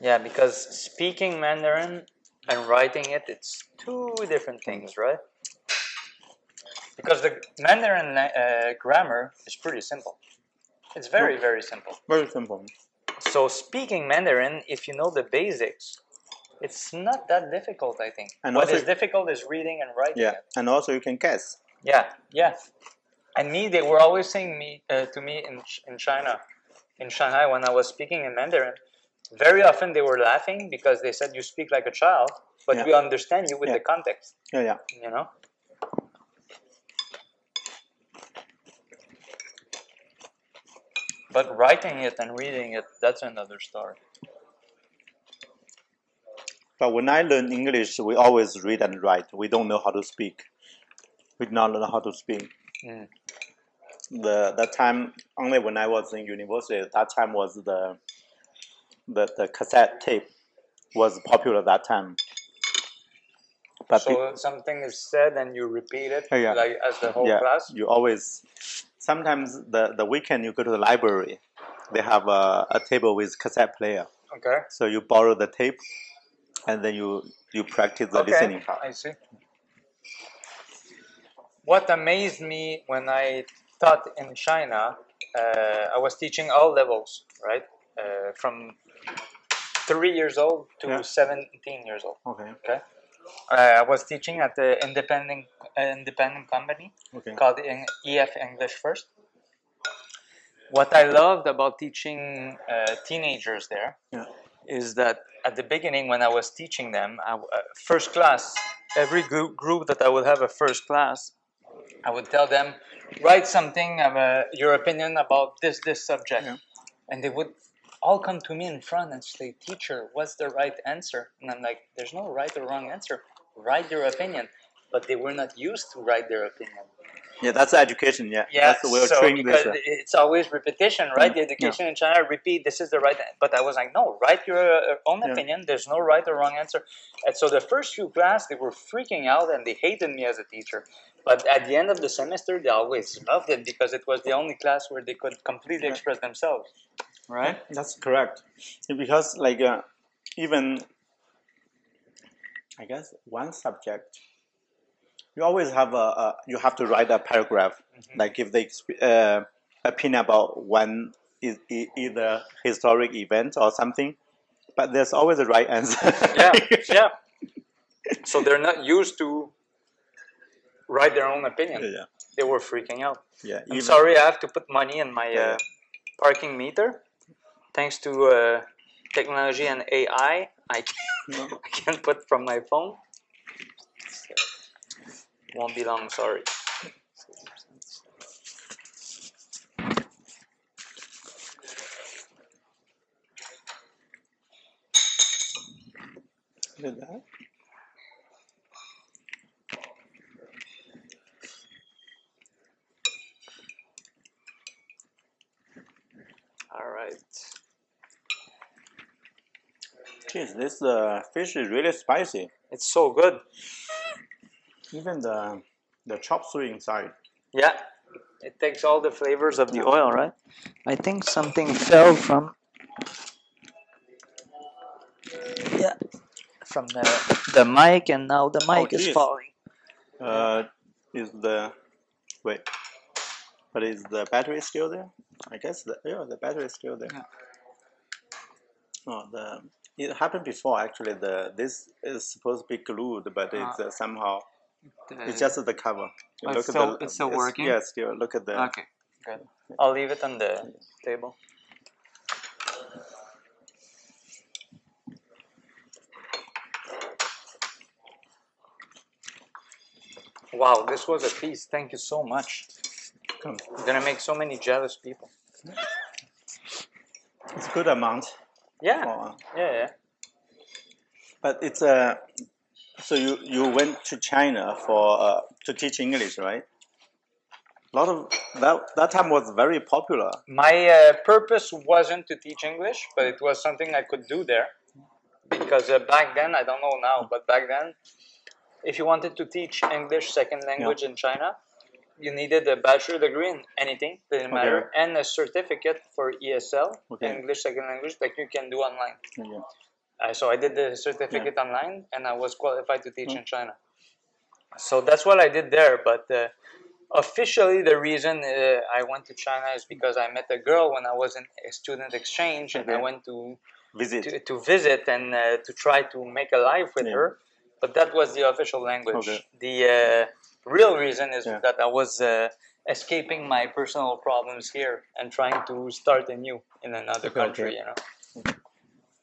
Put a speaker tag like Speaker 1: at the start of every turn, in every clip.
Speaker 1: Yeah, because speaking Mandarin and writing it, it's two different things, right? Because the Mandarin la- uh, grammar is pretty simple. It's very, very simple.
Speaker 2: Very simple.
Speaker 1: So speaking Mandarin, if you know the basics, it's not that difficult, I think.
Speaker 2: And
Speaker 1: what
Speaker 2: also-
Speaker 1: is difficult is reading and writing
Speaker 2: Yeah,
Speaker 1: it.
Speaker 2: and also you can guess.
Speaker 1: Yeah, yeah. And me, they were always saying me uh, to me in Ch- in China, in Shanghai, when I was speaking in Mandarin. Very often they were laughing because they said you speak like a child, but
Speaker 2: Yeah.
Speaker 1: we understand you with
Speaker 2: Yeah.
Speaker 1: the context.
Speaker 2: Yeah, yeah.
Speaker 1: You know. But writing it and reading it—that's another story.
Speaker 2: But when I learn English, we always read and write. We don't know how to speak. We do not learn how to speak.
Speaker 1: Mm.
Speaker 2: The that time only when I was in university. That time was the the, the cassette tape was popular that time. But be-
Speaker 1: So something is said and you repeat it,
Speaker 2: Yeah, yeah.
Speaker 1: like as the whole
Speaker 2: yeah,
Speaker 1: uh, class.
Speaker 2: you always sometimes the the weekend you go to the library. They have a, a table with cassette player,
Speaker 1: Okay.
Speaker 2: so you borrow the tape, and then you you practice the listening part.
Speaker 1: I see. What amazed me when I taught in China, uh, I was teaching all levels, right? Uh, from three years old to
Speaker 2: Yeah.
Speaker 1: 17 years old.
Speaker 2: Okay.
Speaker 1: Okay. Uh, I was teaching at the independent uh, independent company
Speaker 2: Okay.
Speaker 1: called in EF English First. What I loved about teaching uh, teenagers there
Speaker 2: Yeah.
Speaker 1: is that at the beginning when I was teaching them, I, uh, first class, every group, group that I would have a first class, I would tell them, write something of uh, your opinion about this this subject,
Speaker 2: Yeah.
Speaker 1: and they would all come to me in front and say, teacher, what's the right answer? And I'm like, there's no right or wrong answer. Write your opinion. But they were not used to write their opinion.
Speaker 2: Yeah, that's education. Yeah,
Speaker 1: Yeah,
Speaker 2: that's the way of
Speaker 1: so
Speaker 2: training
Speaker 1: because
Speaker 2: this. uh,
Speaker 1: it's always repetition, right?
Speaker 2: Mm,
Speaker 1: The education in China repeat this is the right. a- But I was like, no, write your uh, own
Speaker 2: Yeah.
Speaker 1: opinion. There's no right or wrong answer. And so the first few class, they were freaking out and they hated me as a teacher. But at the end of the semester, they always loved it because it was the only class where they could completely
Speaker 2: Yeah.
Speaker 1: express themselves. Right?
Speaker 2: That's correct. Because like uh, even I guess one subject, you always have a, a you have to write a paragraph.
Speaker 1: Mm-hmm.
Speaker 2: Like if they exp- uh, opinion about one is e- either historic event or something, but there's always a right answer.
Speaker 1: Yeah, yeah. So they're not used to write their own opinion.
Speaker 2: yeah,
Speaker 1: They were freaking out.
Speaker 2: yeah.
Speaker 1: I'm
Speaker 2: even-
Speaker 1: sorry, I have to put money in my
Speaker 2: Yeah.
Speaker 1: uh, parking meter. Thanks to uh, technology and AI, I
Speaker 2: No.
Speaker 1: I can put from my phone. Won't be long, sorry.
Speaker 2: Did that?
Speaker 1: All right.
Speaker 2: Jeez, this uh, fish is really spicy.
Speaker 1: It's so good.
Speaker 2: Even the the chop suey inside.
Speaker 1: Yeah. It takes all the flavors of the oil, right? I think something fell from Yeah, from the the mic and now the mic is
Speaker 2: geez.
Speaker 1: falling.
Speaker 2: Uh, is the wait? But is the battery still there? I guess the yeah, the battery is still there.
Speaker 1: Yeah.
Speaker 2: Oh, the it happened before actually. The this is supposed to be glued, but it's uh, somehow it's just the cover. You
Speaker 3: Ah. But
Speaker 2: look at
Speaker 3: still-
Speaker 2: the-
Speaker 3: it's still working?
Speaker 2: Yeah, it's still look at the.
Speaker 3: Okay.
Speaker 1: Good. I'll leave it on the table. Wow, this was a feast. Thank you so much.
Speaker 2: Hmm.
Speaker 1: You're gonna make so many jealous people.
Speaker 2: It's good amount. Oh,
Speaker 1: Yeah,
Speaker 2: For,
Speaker 1: yeah, yeah.
Speaker 2: but it's uh, so you you went to China for uh, to teach English, right? A lot of that that time was very popular.
Speaker 1: My uh, purpose wasn't to teach English, but it was something I could do there. Because uh, back then, I don't know now, but back then, if you wanted to teach English second language in China, you needed a bachelor degree in anything, didn't matter, and a certificate for ESL,
Speaker 2: Okay.
Speaker 1: English Second Language, that you can do online.
Speaker 2: Okay.
Speaker 1: Uh, so I did the certificate online, and I was qualified to teach in China. So that's what I did there. But uh, officially, the reason uh, I went to China is because I met a girl when I was in a student exchange, and I
Speaker 2: Okay.
Speaker 1: went to
Speaker 2: Visit.
Speaker 1: to, to visit and uh, to try to make a life with
Speaker 2: Yeah.
Speaker 1: her. But that was the official language.
Speaker 2: Okay.
Speaker 1: The uh, real reason is
Speaker 2: Yeah.
Speaker 1: that I was uh, escaping my personal problems here and trying to start anew in another
Speaker 2: Okay,
Speaker 1: country,
Speaker 2: okay.
Speaker 1: you know.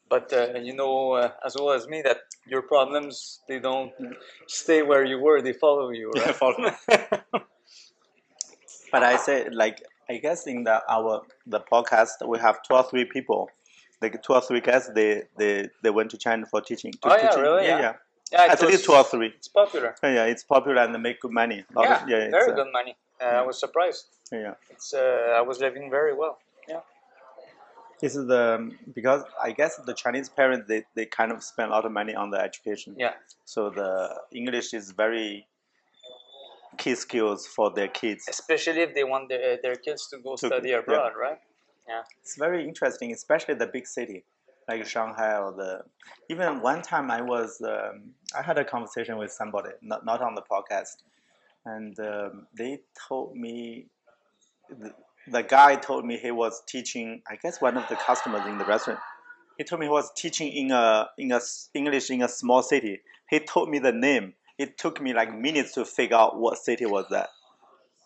Speaker 1: But uh, you know uh, as well as me that your problems they don't stay where you were; they follow you.
Speaker 2: Yeah,
Speaker 1: Right?
Speaker 2: follow. But I say, like, I guess in the our the podcast we have two or three people, like two or three guys. They they they went to China for teaching. to
Speaker 1: Oh, yeah,
Speaker 2: teaching.
Speaker 1: really?
Speaker 2: Yeah,
Speaker 1: Yeah.
Speaker 2: yeah.
Speaker 1: yeah, it
Speaker 2: At
Speaker 1: was-
Speaker 2: least two or three.
Speaker 1: It's popular.
Speaker 2: Yeah, yeah, it's popular and they make good money. Lot
Speaker 1: Yeah,
Speaker 2: of- it's,
Speaker 1: very
Speaker 2: uh,
Speaker 1: good money. Uh, I was surprised.
Speaker 2: Yeah, yeah.
Speaker 1: It's uh, I was living very well. Yeah.
Speaker 2: This is the because I guess the Chinese parents they, they kind of spend a lot of money on the education.
Speaker 1: Yeah.
Speaker 2: So the English is very key skills for their kids.
Speaker 1: especially if they want their, their kids to go
Speaker 2: To-
Speaker 1: study
Speaker 2: yeah.
Speaker 1: abroad, right?
Speaker 2: it's very interesting, especially the big city like Shanghai or the. Even one time I was um, I had a conversation with somebody not not on the podcast, and um, they told me. The, the guy told me he was teaching. I guess one of the customers in the restaurant. He told me he was teaching in a in a s- English in a small city. He told me the name. It took me like minutes to figure out what city was that.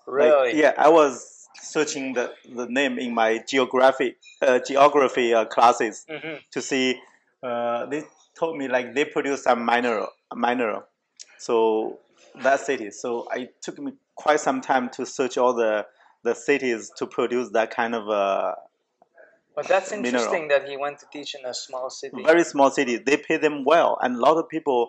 Speaker 2: Like,
Speaker 1: Really?
Speaker 2: yeah, I was searching the, the name in my geography uh, geography uh, classes
Speaker 1: hmm
Speaker 2: to see. Uh, they told me like they produce some mineral mineral, so that city. So it took me quite some time to search all the the cities to produce that kind of uh,
Speaker 1: But that's
Speaker 2: Mineral.
Speaker 1: interesting that he went to teach in a small city.
Speaker 2: very small city. They pay them well, and a lot of people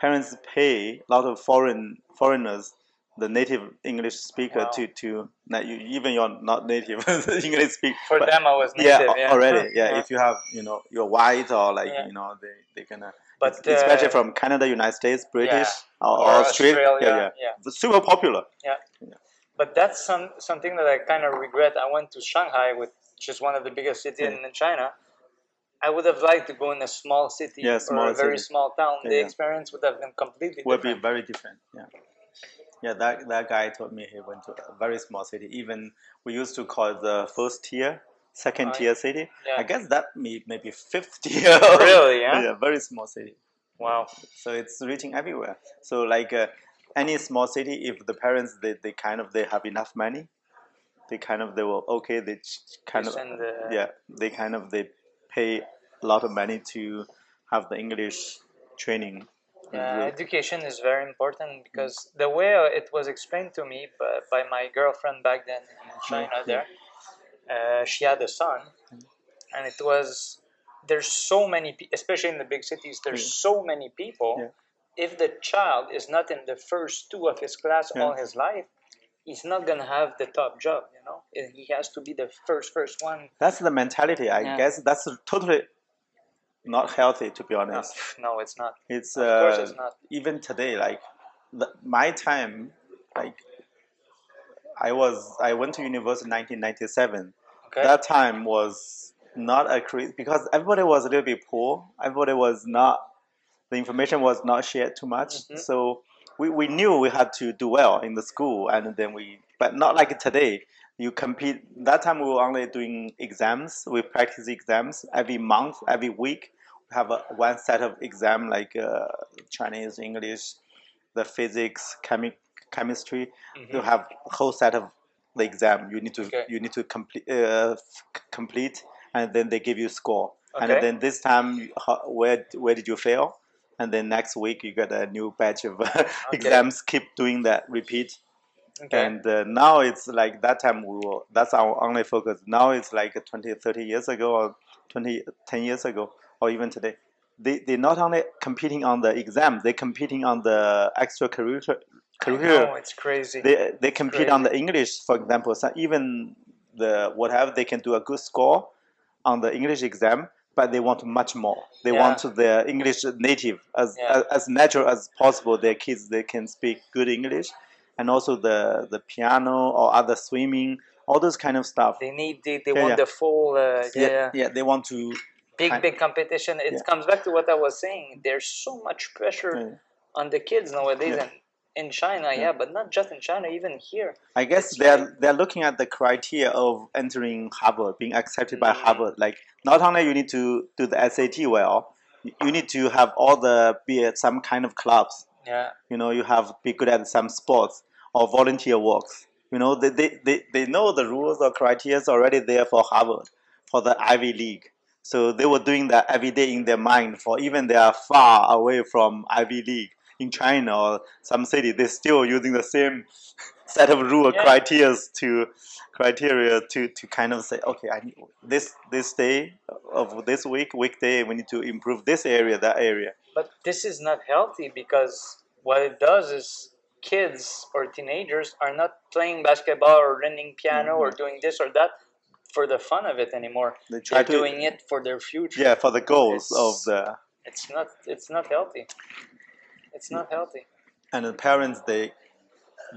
Speaker 2: parents pay a lot of foreign foreigners. The native English speaker
Speaker 1: Wow.
Speaker 2: to to not you, even you're not native English speaker
Speaker 1: For
Speaker 2: but-
Speaker 1: them, I was
Speaker 2: yeah,
Speaker 1: native.
Speaker 2: al- already yeah,
Speaker 1: Yeah.
Speaker 2: if you have you know you're white or like
Speaker 1: Yeah.
Speaker 2: you know they they gonna
Speaker 1: But
Speaker 2: it's- especially
Speaker 1: uh,
Speaker 2: from canada united states british or,
Speaker 1: or
Speaker 2: australia, yeah yeah
Speaker 1: Australia, yeah.
Speaker 2: It's super popular
Speaker 1: But that's some something that I kind of regret. I went to Shanghai, which is one of the biggest cities
Speaker 2: Yeah.
Speaker 1: in, in China. I would have liked to go in a small city
Speaker 2: Yeah,
Speaker 1: or
Speaker 2: small
Speaker 1: a very
Speaker 2: city.
Speaker 1: small town.
Speaker 2: Yeah,
Speaker 1: the
Speaker 2: yeah.
Speaker 1: experience would have been completely
Speaker 2: would be
Speaker 1: different.
Speaker 2: very different yeah yeah that, that guy told me he went to a very small city even we used to call it the first tier second
Speaker 1: Oh,
Speaker 2: tier city
Speaker 1: yeah.
Speaker 2: i guess that may, maybe fifth tier
Speaker 1: Really, yeah?
Speaker 2: yeah very small city
Speaker 1: Wow.
Speaker 2: so it's reaching everywhere so like uh, any small city if the parents they, they kind of they have enough money they kind of they will okay they ch- kind of
Speaker 1: Send, uh,
Speaker 2: yeah they kind of they pay a lot of money to have the english training
Speaker 1: Yeah,
Speaker 2: Really.
Speaker 1: Uh, education is very
Speaker 2: Mm.
Speaker 1: important because the way it was explained to me by, by my girlfriend back then in China, there, uh, she had a son,
Speaker 2: Mm.
Speaker 1: and it was there's so many, pe- especially in the big cities, there's so many people.
Speaker 2: Yeah.
Speaker 1: If the child is not in the first two of his class
Speaker 2: Yeah.
Speaker 1: all his life, he's not gonna have the top job. You know, And he has to be the first first one.
Speaker 2: that's the mentality i
Speaker 1: Yeah.
Speaker 2: guess that's totally not healthy to be
Speaker 1: No,
Speaker 2: honest
Speaker 1: no, it's not.
Speaker 2: it's
Speaker 1: Of course,
Speaker 2: uh,
Speaker 1: it's not.
Speaker 2: even today like the, my time like i was i went to university in 1997
Speaker 1: Okay.
Speaker 2: that time was not a crazy because everybody was a little bit poor. Everybody was not the information was not shared too much.
Speaker 1: Mhm.
Speaker 2: So we, we knew we had to do well in the school and then we but not like today. You compete that time we were only doing exams. We practice exams every month, every week. We have a, one set of exam like uh, Chinese, English, the physics, chemi- chemistry.
Speaker 1: Mm-hmm.
Speaker 2: You have a whole set of the exam. You need to
Speaker 1: Mm. Okay.
Speaker 2: you need to complete uh, f- complete, and then they give you score.
Speaker 1: Okay.
Speaker 2: And then this time, you- how, where where did you fail? And then next week you get a new batch of exams. Keep doing that, repeat.
Speaker 1: Okay.
Speaker 2: And uh, now it's like that time we will. That's our only focus. Now it's like 20, 30 years ago, or 20, 10 years ago, or even today. They they not only competing on the exam, they competing on the extracurricular curricular
Speaker 1: No, it's crazy.
Speaker 2: they they compete on the English, for example. So even the whatever they can do a good score on the English exam, but they want much more. They
Speaker 1: Yeah.
Speaker 2: want their English native as,
Speaker 1: Yeah.
Speaker 2: as as natural as possible. Their kids they can speak good English, and also the the piano or other swimming, all those kind of stuff.
Speaker 1: They need, they, they
Speaker 2: Yeah,
Speaker 1: want
Speaker 2: yeah.
Speaker 1: the full, uh, yeah, yeah.
Speaker 2: yeah, they want to. I-
Speaker 1: big, big competition. It
Speaker 2: Yeah.
Speaker 1: comes back to what I was saying. There's so much pressure
Speaker 2: Yeah.
Speaker 1: on the kids nowadays,
Speaker 2: Yeah.
Speaker 1: and in China, yeah. but not just in China, even here.
Speaker 2: I guess
Speaker 1: It's
Speaker 2: they're they're looking at the criteria of entering Harvard, being accepted by
Speaker 1: Mm.
Speaker 2: Harvard. Like not only you need to do the SAT well, you you need to have all the be at some kind of clubs.
Speaker 1: Yeah,
Speaker 2: you know you have be good at some sports or volunteer works you know they, they, they, they know the rules or criteria is already there for harvard for the ivy league so they were doing that every day in their mind for even they are far away from ivy league in china or some city they're still using the same set of rule
Speaker 1: Yeah.
Speaker 2: criteria to criteria to, to kind of say okay I need, this this day of this week weekday we need to improve this area that area
Speaker 1: but this is not healthy because what it does is kids or teenagers are not playing basketball or learning piano or
Speaker 2: Mm-hmm.
Speaker 1: doing this or that for the fun of it anymore.
Speaker 2: they try
Speaker 1: They're
Speaker 2: to
Speaker 1: doing it for their future.
Speaker 2: yeah for the goals
Speaker 1: It's-
Speaker 2: of the
Speaker 1: It's not. It's not healthy. It's not healthy.
Speaker 2: and the parents they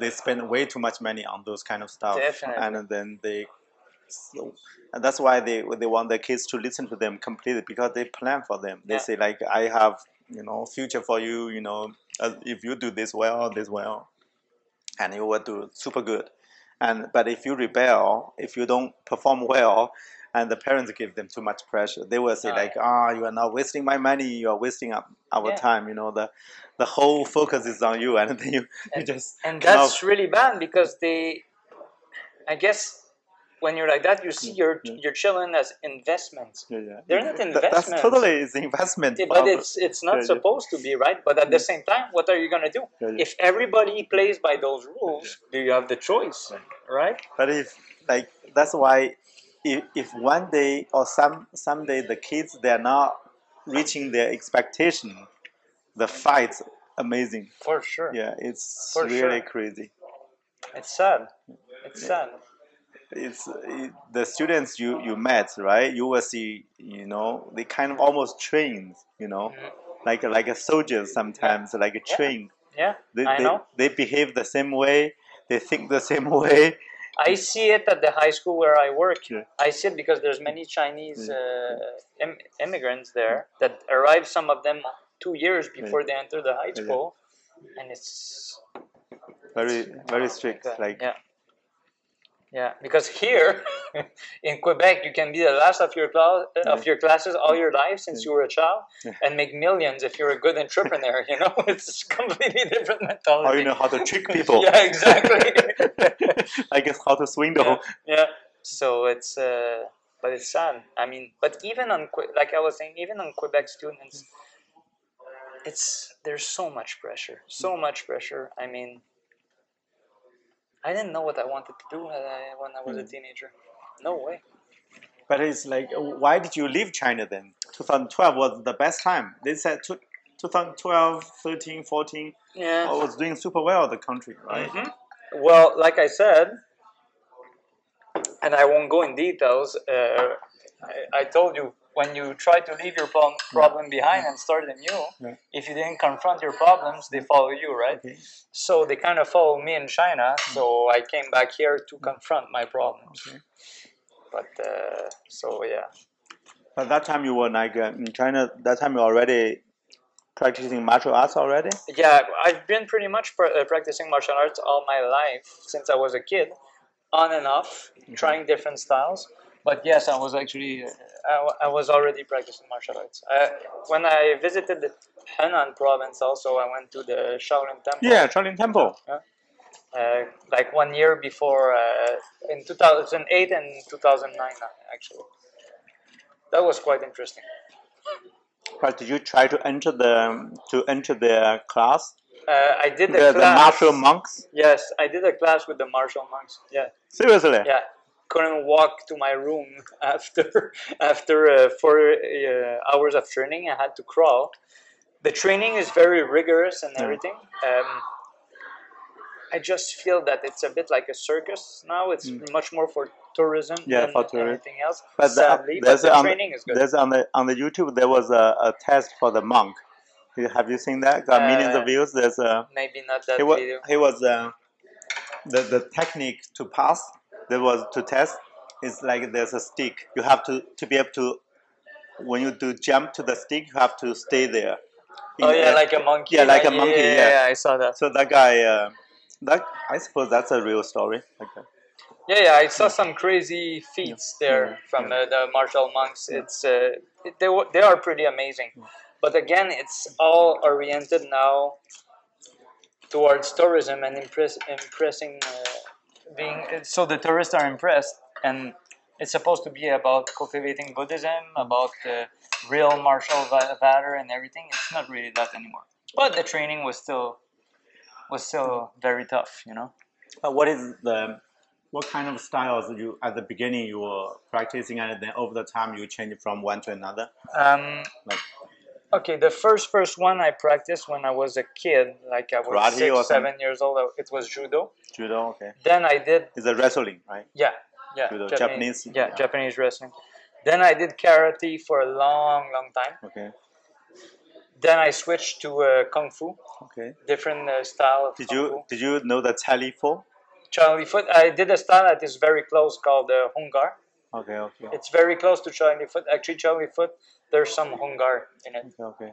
Speaker 2: they spend way too much money on those kind of stuff
Speaker 1: Definitely.
Speaker 2: and then they so, and that's why they they want their kids to listen to them completely because they plan for them they
Speaker 1: Yeah.
Speaker 2: say like i have you know future for you you know uh, if you do this well this well and you will do super good and but if you rebel if you don't perform well and the parents give them too much pressure they will say
Speaker 1: Ah,
Speaker 2: like ah you are not wasting my money you are wasting up our
Speaker 1: Yeah.
Speaker 2: time you know the the whole focus is on you and then you, you
Speaker 1: And-
Speaker 2: just
Speaker 1: and
Speaker 2: come
Speaker 1: that's really bad because they i guess when you're like that you see your
Speaker 2: yeah.
Speaker 1: your children as investments
Speaker 2: Yeah, yeah.
Speaker 1: They're not
Speaker 2: Th- That's
Speaker 1: investments.
Speaker 2: totally it's investment.
Speaker 1: Yeah,
Speaker 2: Bob.
Speaker 1: but it's it's not
Speaker 2: Yeah, yeah.
Speaker 1: supposed to be right but at the same time what are you going to do
Speaker 2: Yeah, yeah.
Speaker 1: if everybody plays by those rules do you have the choice right
Speaker 2: But if like that's why if, if one day or some someday the kids they're not reaching their expectation, the fight's amazing.
Speaker 1: for sure
Speaker 2: Yeah, it's
Speaker 1: For
Speaker 2: really
Speaker 1: sure.
Speaker 2: crazy.
Speaker 1: it's sad it's sad
Speaker 2: It's it, the students you you met, right? You will see, you know, they kind of almost trained, you know,
Speaker 1: Mhm.
Speaker 2: like like a soldier sometimes, like a
Speaker 1: Yeah.
Speaker 2: train.
Speaker 1: yeah
Speaker 2: They,
Speaker 1: I
Speaker 2: they,
Speaker 1: know.
Speaker 2: they behave the same way, they think the same way.
Speaker 1: i see it at the high school where i work
Speaker 2: Yeah.
Speaker 1: i see it because there's many chinese uh, Im- immigrants there that arrive some of them two years before they enter the high
Speaker 2: Yeah.
Speaker 1: school and it's
Speaker 2: very very strict like
Speaker 1: yeah yeah because here in quebec you can be the last of your class of your classes all your life since you were a child and make millions if you're a good entrepreneur you know it's completely different mentality
Speaker 2: or Oh, you know how to trick people
Speaker 1: yeah exactly
Speaker 2: i guess how to swindle
Speaker 1: yeah, yeah. So it's, uh, but it's sad. I mean, but even on Que- like I was saying, even on Quebec students, it's there's so much pressure, so much pressure. I mean, I didn't know what I wanted to do when I, when I was a teenager. No way.
Speaker 2: but it's like why did you leave china then 2012 was the best time they said two, 2012 13 14
Speaker 1: Yeah.
Speaker 2: I was doing super well the country right
Speaker 1: Mhm.
Speaker 2: Mm-hmm.
Speaker 1: Well, like I said, and I won't go in details. Uh, I, I told you when you try to leave your problem, problem behind and start anew,
Speaker 2: Yeah.
Speaker 1: if you didn't confront your problems, they follow you, right?
Speaker 2: okay. Mm-hmm.
Speaker 1: So they kind of follow me in China. So I came back here to confront my problems.
Speaker 2: Okay.
Speaker 1: But uh, so yeah,
Speaker 2: but that time you were like uh, in china that time you already practicing martial arts already
Speaker 1: yeah, I've been pretty much pra- uh, practicing martial arts all my life since I was a kid, on and off,
Speaker 2: Mm-hmm.
Speaker 1: trying different styles. But yes, I was actually uh, I, wa- I was already practicing martial arts. I, when I visited Henan province, also I went to the Shaolin Temple.
Speaker 2: yeah shaolin temple
Speaker 1: Uh, like one year before, uh, in 2008 and 2009, actually. That was quite interesting.
Speaker 2: but did you try to enter the to enter their class
Speaker 1: Uh, I did
Speaker 2: the,
Speaker 1: a
Speaker 2: the
Speaker 1: class.
Speaker 2: martial monks
Speaker 1: Yes, I did a class with the martial monks. Yeah,
Speaker 2: seriously
Speaker 1: yeah. Couldn't walk to my room after after uh, four uh, hours of training. I had to crawl. The training is very rigorous and
Speaker 2: Yeah.
Speaker 1: everything. Um, I just feel that it's a bit like a circus now. It's much more for tourism
Speaker 2: Mm. Yeah,
Speaker 1: than
Speaker 2: for tourism.
Speaker 1: anything else.
Speaker 2: But the-
Speaker 1: Sadly, but
Speaker 2: there's
Speaker 1: the
Speaker 2: on-
Speaker 1: training is good.
Speaker 2: There's on the on the YouTube there was a, a test for the monk. You- Have you seen that? Got millions
Speaker 1: Uh,
Speaker 2: of views. There's a
Speaker 1: Maybe not that
Speaker 2: he was
Speaker 1: video.
Speaker 2: he was uh, the, the technique to pass there was to test is like there's a stick you have to to be able to when you do jump to the stick you have to stay there
Speaker 1: Oh
Speaker 2: In
Speaker 1: yeah,
Speaker 2: a-
Speaker 1: like a monkey.
Speaker 2: yeah, like a
Speaker 1: right?
Speaker 2: monkey,
Speaker 1: Yeah,
Speaker 2: yeah.
Speaker 1: I saw that.
Speaker 2: so that guy uh, that i suppose that's a real story okay
Speaker 1: Yeah, yeah, I saw some crazy feats there from uh, the martial monks. It's uh, it- they wa- they are pretty amazing, but again, it's all oriented now towards tourism and impress, impressing uh, being. it's- So the tourists are impressed, and it's supposed to be about cultivating Buddhism, about uh, real martial va- valor and everything. It's not really that anymore. But the training was still was still very tough, you know.
Speaker 2: But what is the what kind of styles you at the beginning you were practicing and then over the time you change from one to another?
Speaker 1: Um,
Speaker 2: Like-
Speaker 1: okay, the first first one I practiced when I was a kid, like I was
Speaker 2: Karate
Speaker 1: six,
Speaker 2: or something?
Speaker 1: seven years old. It was judo.
Speaker 2: Judo, okay.
Speaker 1: Then I did
Speaker 2: It's a wrestling, right?
Speaker 1: yeah yeah
Speaker 2: Judo, Japanese,
Speaker 1: yeah,
Speaker 2: yeah.
Speaker 1: Japanese wrestling. Then I did karate for a long long time.
Speaker 2: Okay.
Speaker 1: Then I switched to uh, kung fu,
Speaker 2: Okay.
Speaker 1: different uh, style of
Speaker 2: Did
Speaker 1: kung
Speaker 2: you
Speaker 1: fu.
Speaker 2: did you know the tally four?
Speaker 1: Charlie foot. I did a style that is very close called uh, hungar.
Speaker 2: Okay, okay. Okay,
Speaker 1: It's very close to Charlie foot. Actually, Charlie foot. There's some hungar in it.
Speaker 2: okay.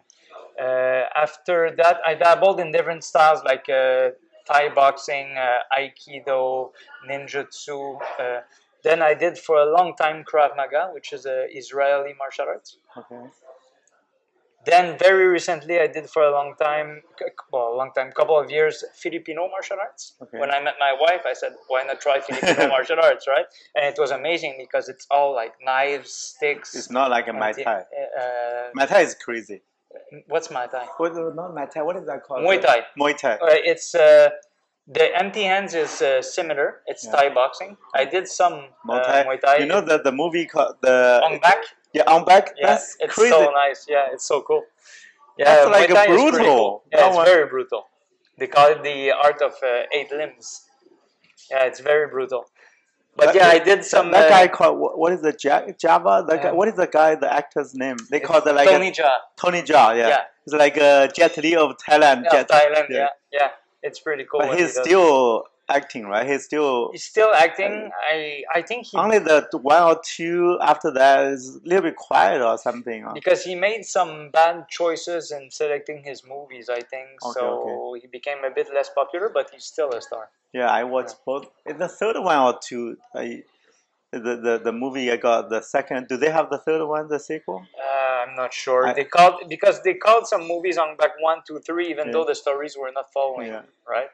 Speaker 1: uh, after that, I dabbled in different styles like uh, Thai boxing, uh, Aikido, Ninjutsu. Uh, then I did for a long time Krav Maga, which is a Israeli martial arts.
Speaker 2: Okay.
Speaker 1: Then very recently, I did for a long time, c- well, a long time, couple of years, Filipino martial arts.
Speaker 2: Okay.
Speaker 1: When I met my wife, I said, "Why not try Filipino martial arts?" Right? And it was amazing because it's all like knives, sticks.
Speaker 2: It's not like a Mai
Speaker 1: anti-
Speaker 2: Tai.
Speaker 1: uh,
Speaker 2: Mai Tai is crazy.
Speaker 1: what's Muay Thai?
Speaker 2: What, not Mai Tai, what is that called?
Speaker 1: Muay Thai.
Speaker 2: Muay Thai.
Speaker 1: Uh, it's uh, the empty hands is uh, similar. It's
Speaker 2: Yeah.
Speaker 1: Thai boxing. I did some
Speaker 2: Muay
Speaker 1: uh,
Speaker 2: Thai.
Speaker 1: Muay Thai.
Speaker 2: You know the, the movie called the
Speaker 1: on back.
Speaker 2: Yeah, on back?
Speaker 1: Yeah,
Speaker 2: That's
Speaker 1: it's
Speaker 2: crazy.
Speaker 1: so nice. Yeah, it's so cool. Yeah,
Speaker 2: That's like
Speaker 1: Muay
Speaker 2: a
Speaker 1: Thai is pretty
Speaker 2: brutal.
Speaker 1: cool. Yeah,
Speaker 2: That
Speaker 1: it's
Speaker 2: one-
Speaker 1: very brutal. They call it the art of uh, eight limbs. Yeah, it's very brutal. But
Speaker 2: That-
Speaker 1: yeah, I did some.
Speaker 2: that
Speaker 1: uh,
Speaker 2: guy called wha- what is the Ja- Java? That guy,
Speaker 1: um,
Speaker 2: what is the guy? The actor's name? They
Speaker 1: it's
Speaker 2: call the like a-
Speaker 1: Tony Jaa
Speaker 2: Tony Jaa, yeah.
Speaker 1: Yeah.
Speaker 2: He's like a Jet Li of Thailand.
Speaker 1: yeah,
Speaker 2: Jet-
Speaker 1: of Thailand. Yeah. yeah, It's pretty cool.
Speaker 2: But
Speaker 1: what he
Speaker 2: he's
Speaker 1: does.
Speaker 2: still acting, right? He's still
Speaker 1: he's still acting. I I think he
Speaker 2: only the one or two after that is a little bit quiet or something. huh?
Speaker 1: because he made some bad choices in selecting his movies i think
Speaker 2: Okay,
Speaker 1: so he became a bit less popular but he's still a star
Speaker 2: Yeah, I watched both. In the third one or two, I, the, the the movie I got the second. Do they have the third one, the sequel?
Speaker 1: uh, i'm not sure
Speaker 2: I-
Speaker 1: they called because they called some movies on back one two three even
Speaker 2: Yeah.
Speaker 1: though the stories were not following
Speaker 2: Yeah.
Speaker 1: right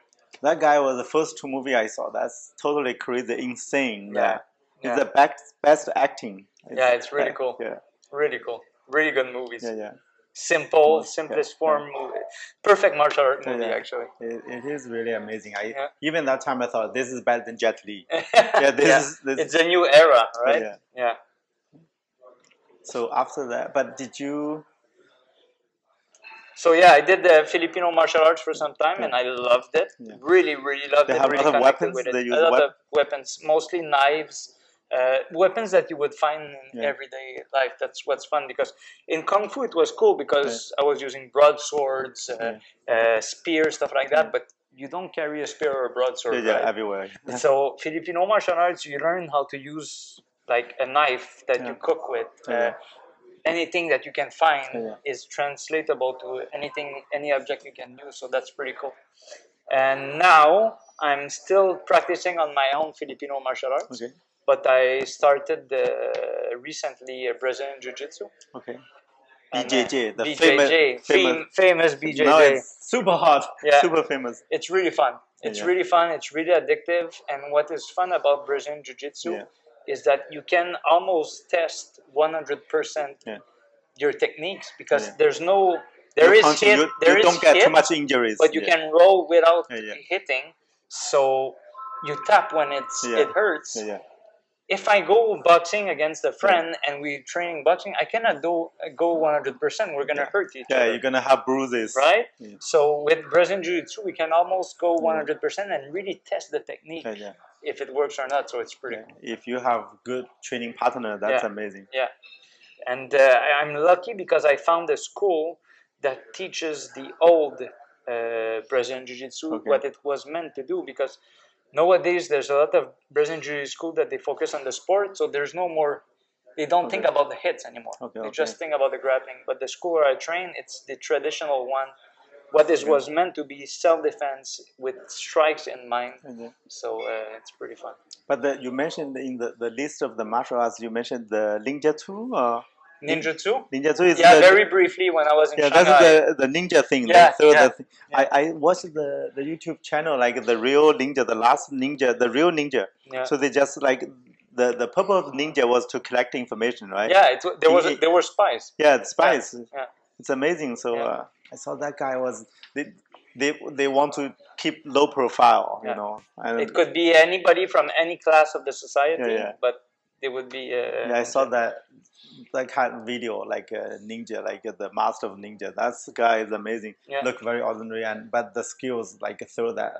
Speaker 2: That guy was the first two movie I saw. That's totally crazy, insane.
Speaker 1: Yeah.
Speaker 2: Yeah, it's
Speaker 1: yeah
Speaker 2: the best best acting.
Speaker 1: Yeah, it's really cool.
Speaker 2: Yeah,
Speaker 1: really cool really good movies
Speaker 2: yeah, yeah.
Speaker 1: simple
Speaker 2: Yeah,
Speaker 1: simplest
Speaker 2: yeah.
Speaker 1: form movie perfect martial art
Speaker 2: Yeah,
Speaker 1: movie
Speaker 2: yeah.
Speaker 1: actually
Speaker 2: It, it is really amazing. I
Speaker 1: Yeah.
Speaker 2: even that time I thought this is better than Jet Li. Yeah, this
Speaker 1: Yeah.
Speaker 2: is this.
Speaker 1: it's a new era right
Speaker 2: Yeah.
Speaker 1: yeah.
Speaker 2: So after that, but did you?
Speaker 1: So yeah, I did the Filipino martial arts for some time, and I loved it.
Speaker 2: Yeah.
Speaker 1: Really, really loved
Speaker 2: They
Speaker 1: it.
Speaker 2: have a
Speaker 1: really
Speaker 2: lot of
Speaker 1: connected
Speaker 2: weapons?
Speaker 1: With it.
Speaker 2: They use
Speaker 1: a lot
Speaker 2: wep-
Speaker 1: of weapons, mostly knives, uh, weapons that you would find in
Speaker 2: Yeah.
Speaker 1: everyday life. That's what's fun because in kung fu it was cool because I was using broadswords, uh, uh, spears, stuff like that. But you don't carry a spear or a
Speaker 2: Yeah,
Speaker 1: broadsword.
Speaker 2: yeah,
Speaker 1: right?
Speaker 2: everywhere.
Speaker 1: so Filipino martial arts, you learn how to use like a knife that you
Speaker 2: Yeah.
Speaker 1: cook with. Uh,
Speaker 2: Yeah.
Speaker 1: anything that you can find
Speaker 2: Yeah.
Speaker 1: is translatable to anything, any object you can use. So that's pretty cool. And now I'm still practicing on my own Filipino martial arts,
Speaker 2: Okay.
Speaker 1: but I started uh, recently uh, Brazilian Jiu Jitsu.
Speaker 2: Okay.
Speaker 1: And, uh,
Speaker 2: BJJ, the
Speaker 1: BJJ,
Speaker 2: famous, famous.
Speaker 1: fam- famous BJJ.
Speaker 2: Now it's super hot,
Speaker 1: Yeah.
Speaker 2: super famous.
Speaker 1: it's really fun. It's
Speaker 2: Yeah.
Speaker 1: really fun. It's really addictive. And what is fun about Brazilian Jiu Jitsu
Speaker 2: Yeah.
Speaker 1: is that you can almost test 100%
Speaker 2: Yeah.
Speaker 1: your techniques because
Speaker 2: Yeah.
Speaker 1: there's no, there
Speaker 2: You're
Speaker 1: is
Speaker 2: punching,
Speaker 1: hit,
Speaker 2: you,
Speaker 1: there
Speaker 2: you
Speaker 1: is
Speaker 2: don't get
Speaker 1: hit,
Speaker 2: too much injuries.
Speaker 1: but you
Speaker 2: yeah.
Speaker 1: can roll without
Speaker 2: Yeah, yeah.
Speaker 1: hitting. So you tap when it's
Speaker 2: Yeah.
Speaker 1: it hurts.
Speaker 2: Yeah, yeah.
Speaker 1: If I go boxing against a friend and we training boxing, I cannot do go 100%. We're gonna
Speaker 2: Yeah.
Speaker 1: hurt each
Speaker 2: Yeah,
Speaker 1: other
Speaker 2: you're gonna have bruises.
Speaker 1: right?
Speaker 2: Yeah.
Speaker 1: So with Brazilian Jiu-Jitsu, we can almost go 100% and really test the technique
Speaker 2: Yeah, yeah.
Speaker 1: if it works or not. So it's pretty
Speaker 2: Yeah.
Speaker 1: cool.
Speaker 2: If you have good training partner, that's
Speaker 1: Yeah.
Speaker 2: amazing.
Speaker 1: Yeah. And uh, I- I'm lucky because I found a school that teaches the old uh, Brazilian Jiu-Jitsu
Speaker 2: Okay.
Speaker 1: what it was meant to do because Nowadays, there's a lot of Brazilian Jiu-Jitsu school that they focus on the sport, so there's no more. They don't think about the hits anymore.
Speaker 2: Okay,
Speaker 1: they
Speaker 2: okay.
Speaker 1: just think about the grappling. But the school where I train, it's the traditional one. What is was meant to be self-defense with strikes in mind.
Speaker 2: Okay.
Speaker 1: So uh, it's pretty fun.
Speaker 2: But the, you mentioned in the, the list of the martial arts, you mentioned the ninjutsu. Or
Speaker 1: Ninjutsu.
Speaker 2: ninjutsu is
Speaker 1: Yeah,
Speaker 2: the,
Speaker 1: very briefly when I was in
Speaker 2: yeah,
Speaker 1: Shanghai.
Speaker 2: that's the, the ninja thing.
Speaker 1: Yeah,
Speaker 2: they throw
Speaker 1: yeah,
Speaker 2: the thing. I, I watched the, the YouTube channel like the real ninja, the last ninja, the real ninja.
Speaker 1: Yeah.
Speaker 2: So they just like the, the purpose of ninja was to collect information, right?
Speaker 1: yeah, it, wa- there was
Speaker 2: He-
Speaker 1: there were spies.
Speaker 2: Yeah, it's spice.
Speaker 1: yeah.
Speaker 2: It's amazing. So
Speaker 1: Yeah.
Speaker 2: uh, I saw that guy was they they, they want to keep low profile,
Speaker 1: Yeah.
Speaker 2: you know. And
Speaker 1: It could be anybody from any class of the society,
Speaker 2: Yeah, yeah.
Speaker 1: but they would be. Uh,
Speaker 2: yeah, I saw that that kind of video like uh, ninja, like uh, the master of ninja. That guy is amazing.
Speaker 1: Yeah.
Speaker 2: Look very ordinary, and but the skills like throw that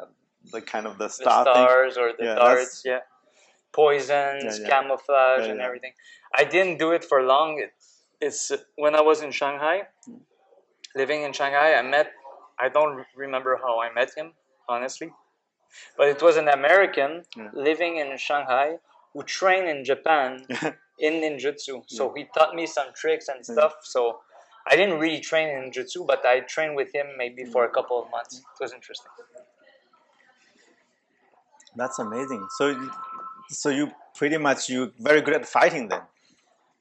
Speaker 2: the kind of the
Speaker 1: the
Speaker 2: star thing.
Speaker 1: stars or the
Speaker 2: Yeah, that's-
Speaker 1: darts, yeah, poisons,
Speaker 2: Yeah, yeah.
Speaker 1: camouflage,
Speaker 2: Yeah,
Speaker 1: and
Speaker 2: yeah.
Speaker 1: everything. I didn't do it for long. It, it's uh, when I was in Shanghai, living in Shanghai. I met. I don't re- remember how I met him, honestly, but it was an American
Speaker 2: Yeah.
Speaker 1: living in Shanghai who trained in Japan in ninjutsu. So he taught me some tricks and stuff. So. I didn't really train in ninjutsu, but I trained with him maybe for a couple of months. It was interesting.
Speaker 2: That's amazing. So you- so you pretty much you very good at fighting then.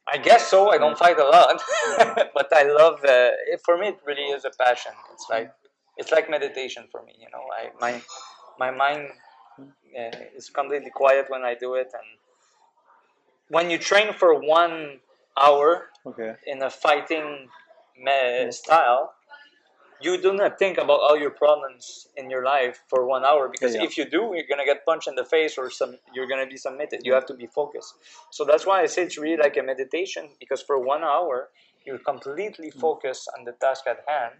Speaker 1: I guess so. I don't fight a lot, but I love. Uh, it, for me, it really is a passion. It's like it's like meditation for me. You know, I my my mind uh, is completely quiet when I do it, and when you train for one hour
Speaker 2: Okay.
Speaker 1: in a fighting me- style, you do not think about all your problems in your life for one hour because
Speaker 2: yeah.
Speaker 1: if you do, you're gonna get punched in the face or some you're gonna be submitted. You have to be focused. So that's why I say it's really like a meditation because for one hour you're completely focused on the task at hand,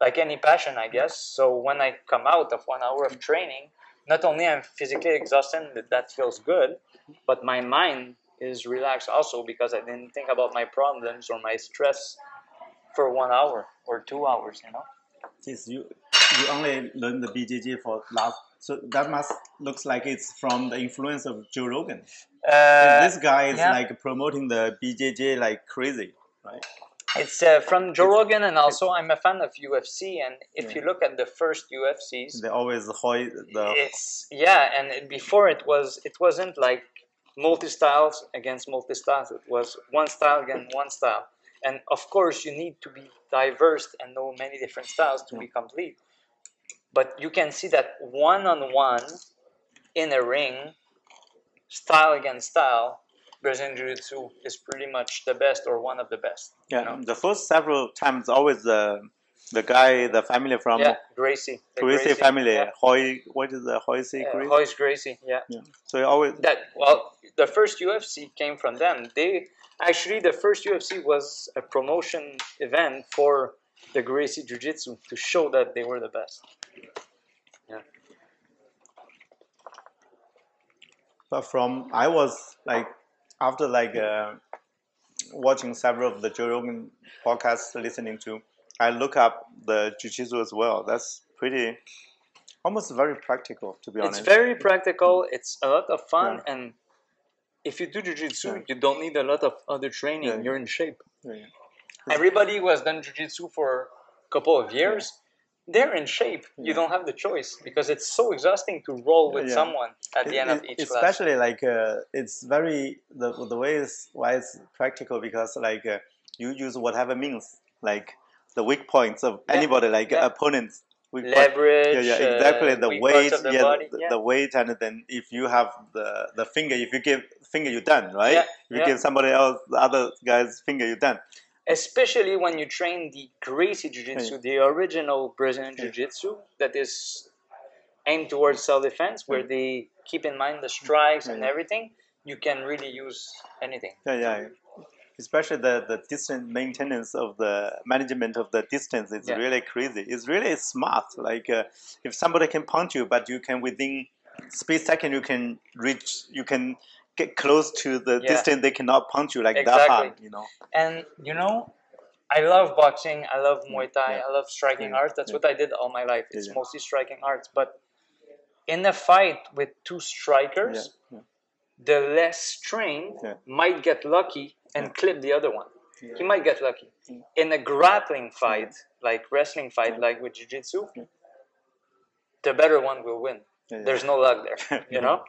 Speaker 1: like any passion, I guess. So when I come out of one hour of training, not only I'm physically exhausted, but that feels good, but my mind is relaxed also because I didn't think about my problems or my stress for one hour or two hours, you know.
Speaker 2: Since you you only learned the BJJ for last, so that must looks like it's from the influence of Joe Rogan.
Speaker 1: Uh,
Speaker 2: this guy is
Speaker 1: yeah.
Speaker 2: like promoting the BJJ like crazy, right?
Speaker 1: It's uh, from Joe Rogan, and also I'm a fan of UFC. And if
Speaker 2: Yeah.
Speaker 1: you look at the first UFCs,
Speaker 2: They always hoy the
Speaker 1: it's yeah, and it, before it was it wasn't like multi styles against multi styles. It was one style against one style, and of course you need to be diverse and know many different styles to
Speaker 2: Mm.
Speaker 1: be complete. But you can see that one on one in a ring, style against style, Brazilian Jiu Jitsu is pretty much the best or one of the best.
Speaker 2: yeah. Um, The first several times always the the guy the family from
Speaker 1: yeah,
Speaker 2: yeah.
Speaker 1: Gracie. the
Speaker 2: family
Speaker 1: Yeah.
Speaker 2: Hoy what is the Hoy say
Speaker 1: Uh,
Speaker 2: Gracie?
Speaker 1: Royce Gracie, yeah.
Speaker 2: yeah. So he always
Speaker 1: That well, the first UFC came from them. They actually the first UFC was a promotion event for the Gracie Jiu Jitsu to show that they were the best.
Speaker 2: but from I was like after like uh, watching several of the Joe Rogan podcasts, listening to, I look up the jujitsu as well. That's pretty, almost very practical to be
Speaker 1: It's
Speaker 2: honest.
Speaker 1: very practical. It's a lot of fun,
Speaker 2: Yeah.
Speaker 1: and if you do Jiu Jitsu,
Speaker 2: Yeah.
Speaker 1: you don't need a lot of other training.
Speaker 2: Yeah.
Speaker 1: You're in shape.
Speaker 2: Yeah.
Speaker 1: Everybody who has done Jiu Jitsu for a couple of years. They're in shape. You don't have the choice because it's so exhausting to roll with
Speaker 2: Yeah.
Speaker 1: someone at the
Speaker 2: It-
Speaker 1: end of
Speaker 2: it-
Speaker 1: each class.
Speaker 2: especially like uh, it's very the, the way is why it's practical because like uh, you use whatever means like the weak points of
Speaker 1: Yeah,
Speaker 2: anybody like
Speaker 1: yeah.
Speaker 2: opponents weak point-
Speaker 1: leverage.
Speaker 2: yeah, yeah,
Speaker 1: uh,
Speaker 2: exactly. the
Speaker 1: weak parts
Speaker 2: weight,
Speaker 1: of the
Speaker 2: yeah,
Speaker 1: body,
Speaker 2: The,
Speaker 1: yeah.
Speaker 2: the weight, and then if you have the the finger, if you give finger, you're done, right?
Speaker 1: Yeah,
Speaker 2: if you
Speaker 1: yeah.
Speaker 2: give somebody else, the other guy's finger, you're done.
Speaker 1: Especially when you train the Gracie Jiu Jitsu, the original Brazilian Jiu Jitsu that is aimed towards self defense, where they keep in mind the strikes and
Speaker 2: Yeah.
Speaker 1: everything, you can really use anything.
Speaker 2: Yeah, yeah. Especially the the distance maintenance of the management of the distance is
Speaker 1: Yeah.
Speaker 2: really crazy. It's really smart. Like uh, if somebody can punch you, but you can within split second you can reach, you can get close to the
Speaker 1: Yeah.
Speaker 2: distance they cannot punch you like that
Speaker 1: Exactly.
Speaker 2: hard. You know.
Speaker 1: And you know, I love boxing, I love Muay Thai,
Speaker 2: yeah.
Speaker 1: I love striking
Speaker 2: Yeah,
Speaker 1: arts. That's
Speaker 2: yeah.
Speaker 1: what I did all my life. It's
Speaker 2: yeah.
Speaker 1: mostly striking arts, but in a fight with two strikers,
Speaker 2: yeah, yeah.
Speaker 1: the less trained
Speaker 2: Yeah.
Speaker 1: might get lucky and clip the other one. He might get lucky.
Speaker 2: Yeah.
Speaker 1: In a grappling fight, like wrestling fight, like with jiu-jitsu,
Speaker 2: Yeah.
Speaker 1: the better one will win.
Speaker 2: yeah, yeah.
Speaker 1: There's no luck there, you know?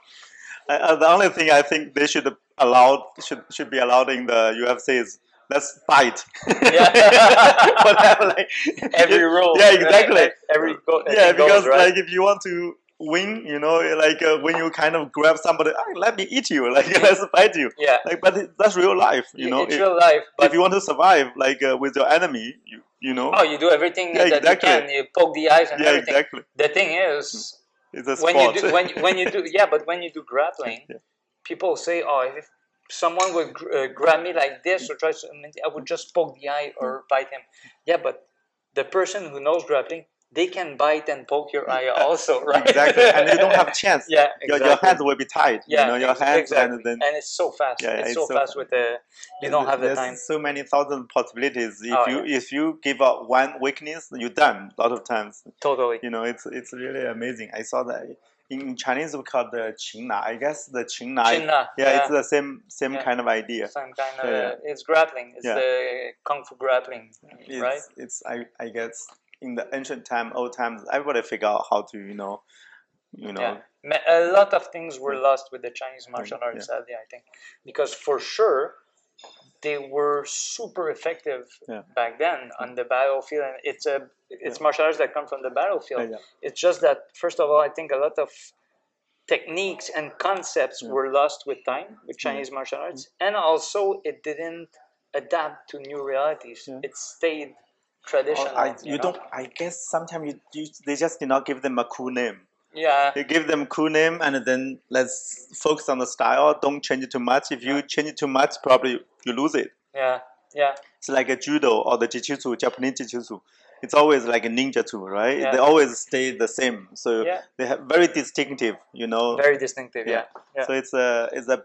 Speaker 2: I, uh, the only thing I think they should allow should should be allowed in the UFC is let's fight.
Speaker 1: Yeah.
Speaker 2: Whatever, like,
Speaker 1: Every rule.
Speaker 2: Yeah, exactly.
Speaker 1: Every go-
Speaker 2: yeah,
Speaker 1: every goal,
Speaker 2: because
Speaker 1: right?
Speaker 2: like if you want to win, you know, like uh, when you kind of grab somebody, "Ah, let me eat you, like let's fight you.
Speaker 1: yeah,
Speaker 2: Like, but it, that's real life, you
Speaker 1: i-
Speaker 2: know.
Speaker 1: it's
Speaker 2: if,
Speaker 1: real life. But
Speaker 2: if you want to survive, like uh, with your enemy, you you know.
Speaker 1: oh, you do everything
Speaker 2: Yeah,
Speaker 1: that
Speaker 2: exactly.
Speaker 1: you can. You poke the eyes and
Speaker 2: yeah, Mm.
Speaker 1: everything.
Speaker 2: exactly.
Speaker 1: The thing is,
Speaker 2: It's a sport.
Speaker 1: when you do when you- when you do yeah, but when you do grappling,
Speaker 2: Yeah.
Speaker 1: people say, "Oh, if someone would gr- uh, grab me like this or try to, I would just poke the eye or bite him." Yeah, but the person who knows grappling, they can bite and poke your eye also, right?
Speaker 2: exactly, and you don't have chance.
Speaker 1: yeah,
Speaker 2: Your,
Speaker 1: exactly.
Speaker 2: your hands will be tied.
Speaker 1: yeah,
Speaker 2: you know, your
Speaker 1: ex-
Speaker 2: hands
Speaker 1: exactly.
Speaker 2: and then
Speaker 1: it's so fast.
Speaker 2: Yeah, yeah,
Speaker 1: it's,
Speaker 2: it's
Speaker 1: so,
Speaker 2: so
Speaker 1: fast with the you don't have the
Speaker 2: There's
Speaker 1: time.
Speaker 2: so many thousand possibilities. If
Speaker 1: Oh,
Speaker 2: you if you give up one weakness, you're done. A lot of times,
Speaker 1: Totally.
Speaker 2: you know, it's it's really amazing. I saw that in Chinese we call the qingna. I guess the qingna.
Speaker 1: Chinna,
Speaker 2: yeah, it's the same same
Speaker 1: Yeah.
Speaker 2: kind of idea.
Speaker 1: some kind of
Speaker 2: Yeah, yeah.
Speaker 1: it's grappling. It's
Speaker 2: Yeah.
Speaker 1: the kung fu grappling,
Speaker 2: It's,
Speaker 1: right?
Speaker 2: It's I I guess in the ancient time, old times, everybody figure out how to you know, you know. Mm,
Speaker 1: Yeah. Ma- A lot of things were lost with the Chinese martial
Speaker 2: yeah.
Speaker 1: arts, sadly, I think, because for sure they were super effective
Speaker 2: Yeah.
Speaker 1: back then on the battlefield, and it's a it's martial arts that come from the
Speaker 2: yeah, Oh,
Speaker 1: battlefield.
Speaker 2: yeah.
Speaker 1: It's just that first of all, I think a lot of techniques and concepts
Speaker 2: Yeah. Mm.
Speaker 1: were lost with time with Chinese martial arts, and also it didn't adapt to new realities.
Speaker 2: Yeah.
Speaker 1: It stayed
Speaker 2: Or
Speaker 1: traditional.
Speaker 2: Oh, I, you
Speaker 1: know?
Speaker 2: don't. I guess sometimes you, you they just did not give them a cool name.
Speaker 1: Yeah,
Speaker 2: They give them cool name and then let's focus on the style. Don't change it too much. If you change it too much, probably you lose it.
Speaker 1: yeah, yeah,
Speaker 2: It's like a judo or the jiu-jitsu, Japanese jiu-jitsu. It's always like a ninja too, right?
Speaker 1: Yeah.
Speaker 2: They always stay the same. So
Speaker 1: Yeah.
Speaker 2: they have very distinctive, you know.
Speaker 1: very distinctive. Yeah,
Speaker 2: Yeah.
Speaker 1: yeah.
Speaker 2: So it's a it's a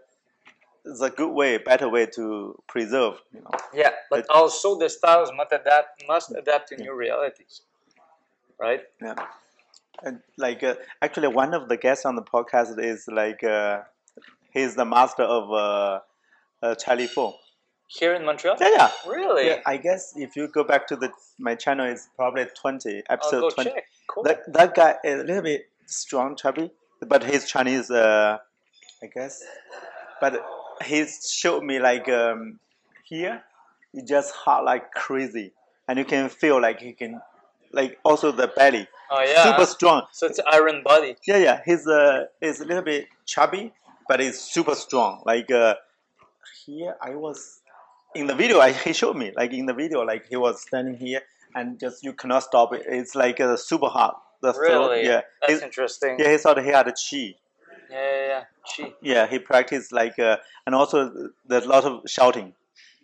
Speaker 2: it's a good way, better way to preserve. You know.
Speaker 1: yeah. But
Speaker 2: It-
Speaker 1: also the styles must adapt, must adapt to new realities, right?
Speaker 2: Yeah. And like uh, actually, one of the guests on the podcast is like uh, he's the master of uh, uh, Charlie Four.
Speaker 1: Here in Montreal,
Speaker 2: Yeah, yeah.
Speaker 1: really?
Speaker 2: Yeah, I guess if you go back to the my channel, it's probably twenty
Speaker 1: I'll
Speaker 2: episode
Speaker 1: go
Speaker 2: twenty.
Speaker 1: check. Cool.
Speaker 2: That that guy is a little bit strong, chubby, but he's Chinese, uh, I guess. But he showed me like um, here, he just hot like crazy, and you can feel like he can, like also the belly,
Speaker 1: oh yeah.
Speaker 2: super strong.
Speaker 1: so it's Iron Body.
Speaker 2: Yeah, yeah. He's uh, he's a little bit chubby, but he's super strong. Like uh, here, I was in the video. I, he showed me like in the video, like he was standing here and just you cannot stop it. It's like uh, super hard. That's the-
Speaker 1: Really?
Speaker 2: yeah.
Speaker 1: That's
Speaker 2: He-
Speaker 1: interesting.
Speaker 2: yeah. He thought he had a chi.
Speaker 1: yeah, yeah. yeah. Chi.
Speaker 2: Yeah, he practiced like uh, and also there's a lot of shouting.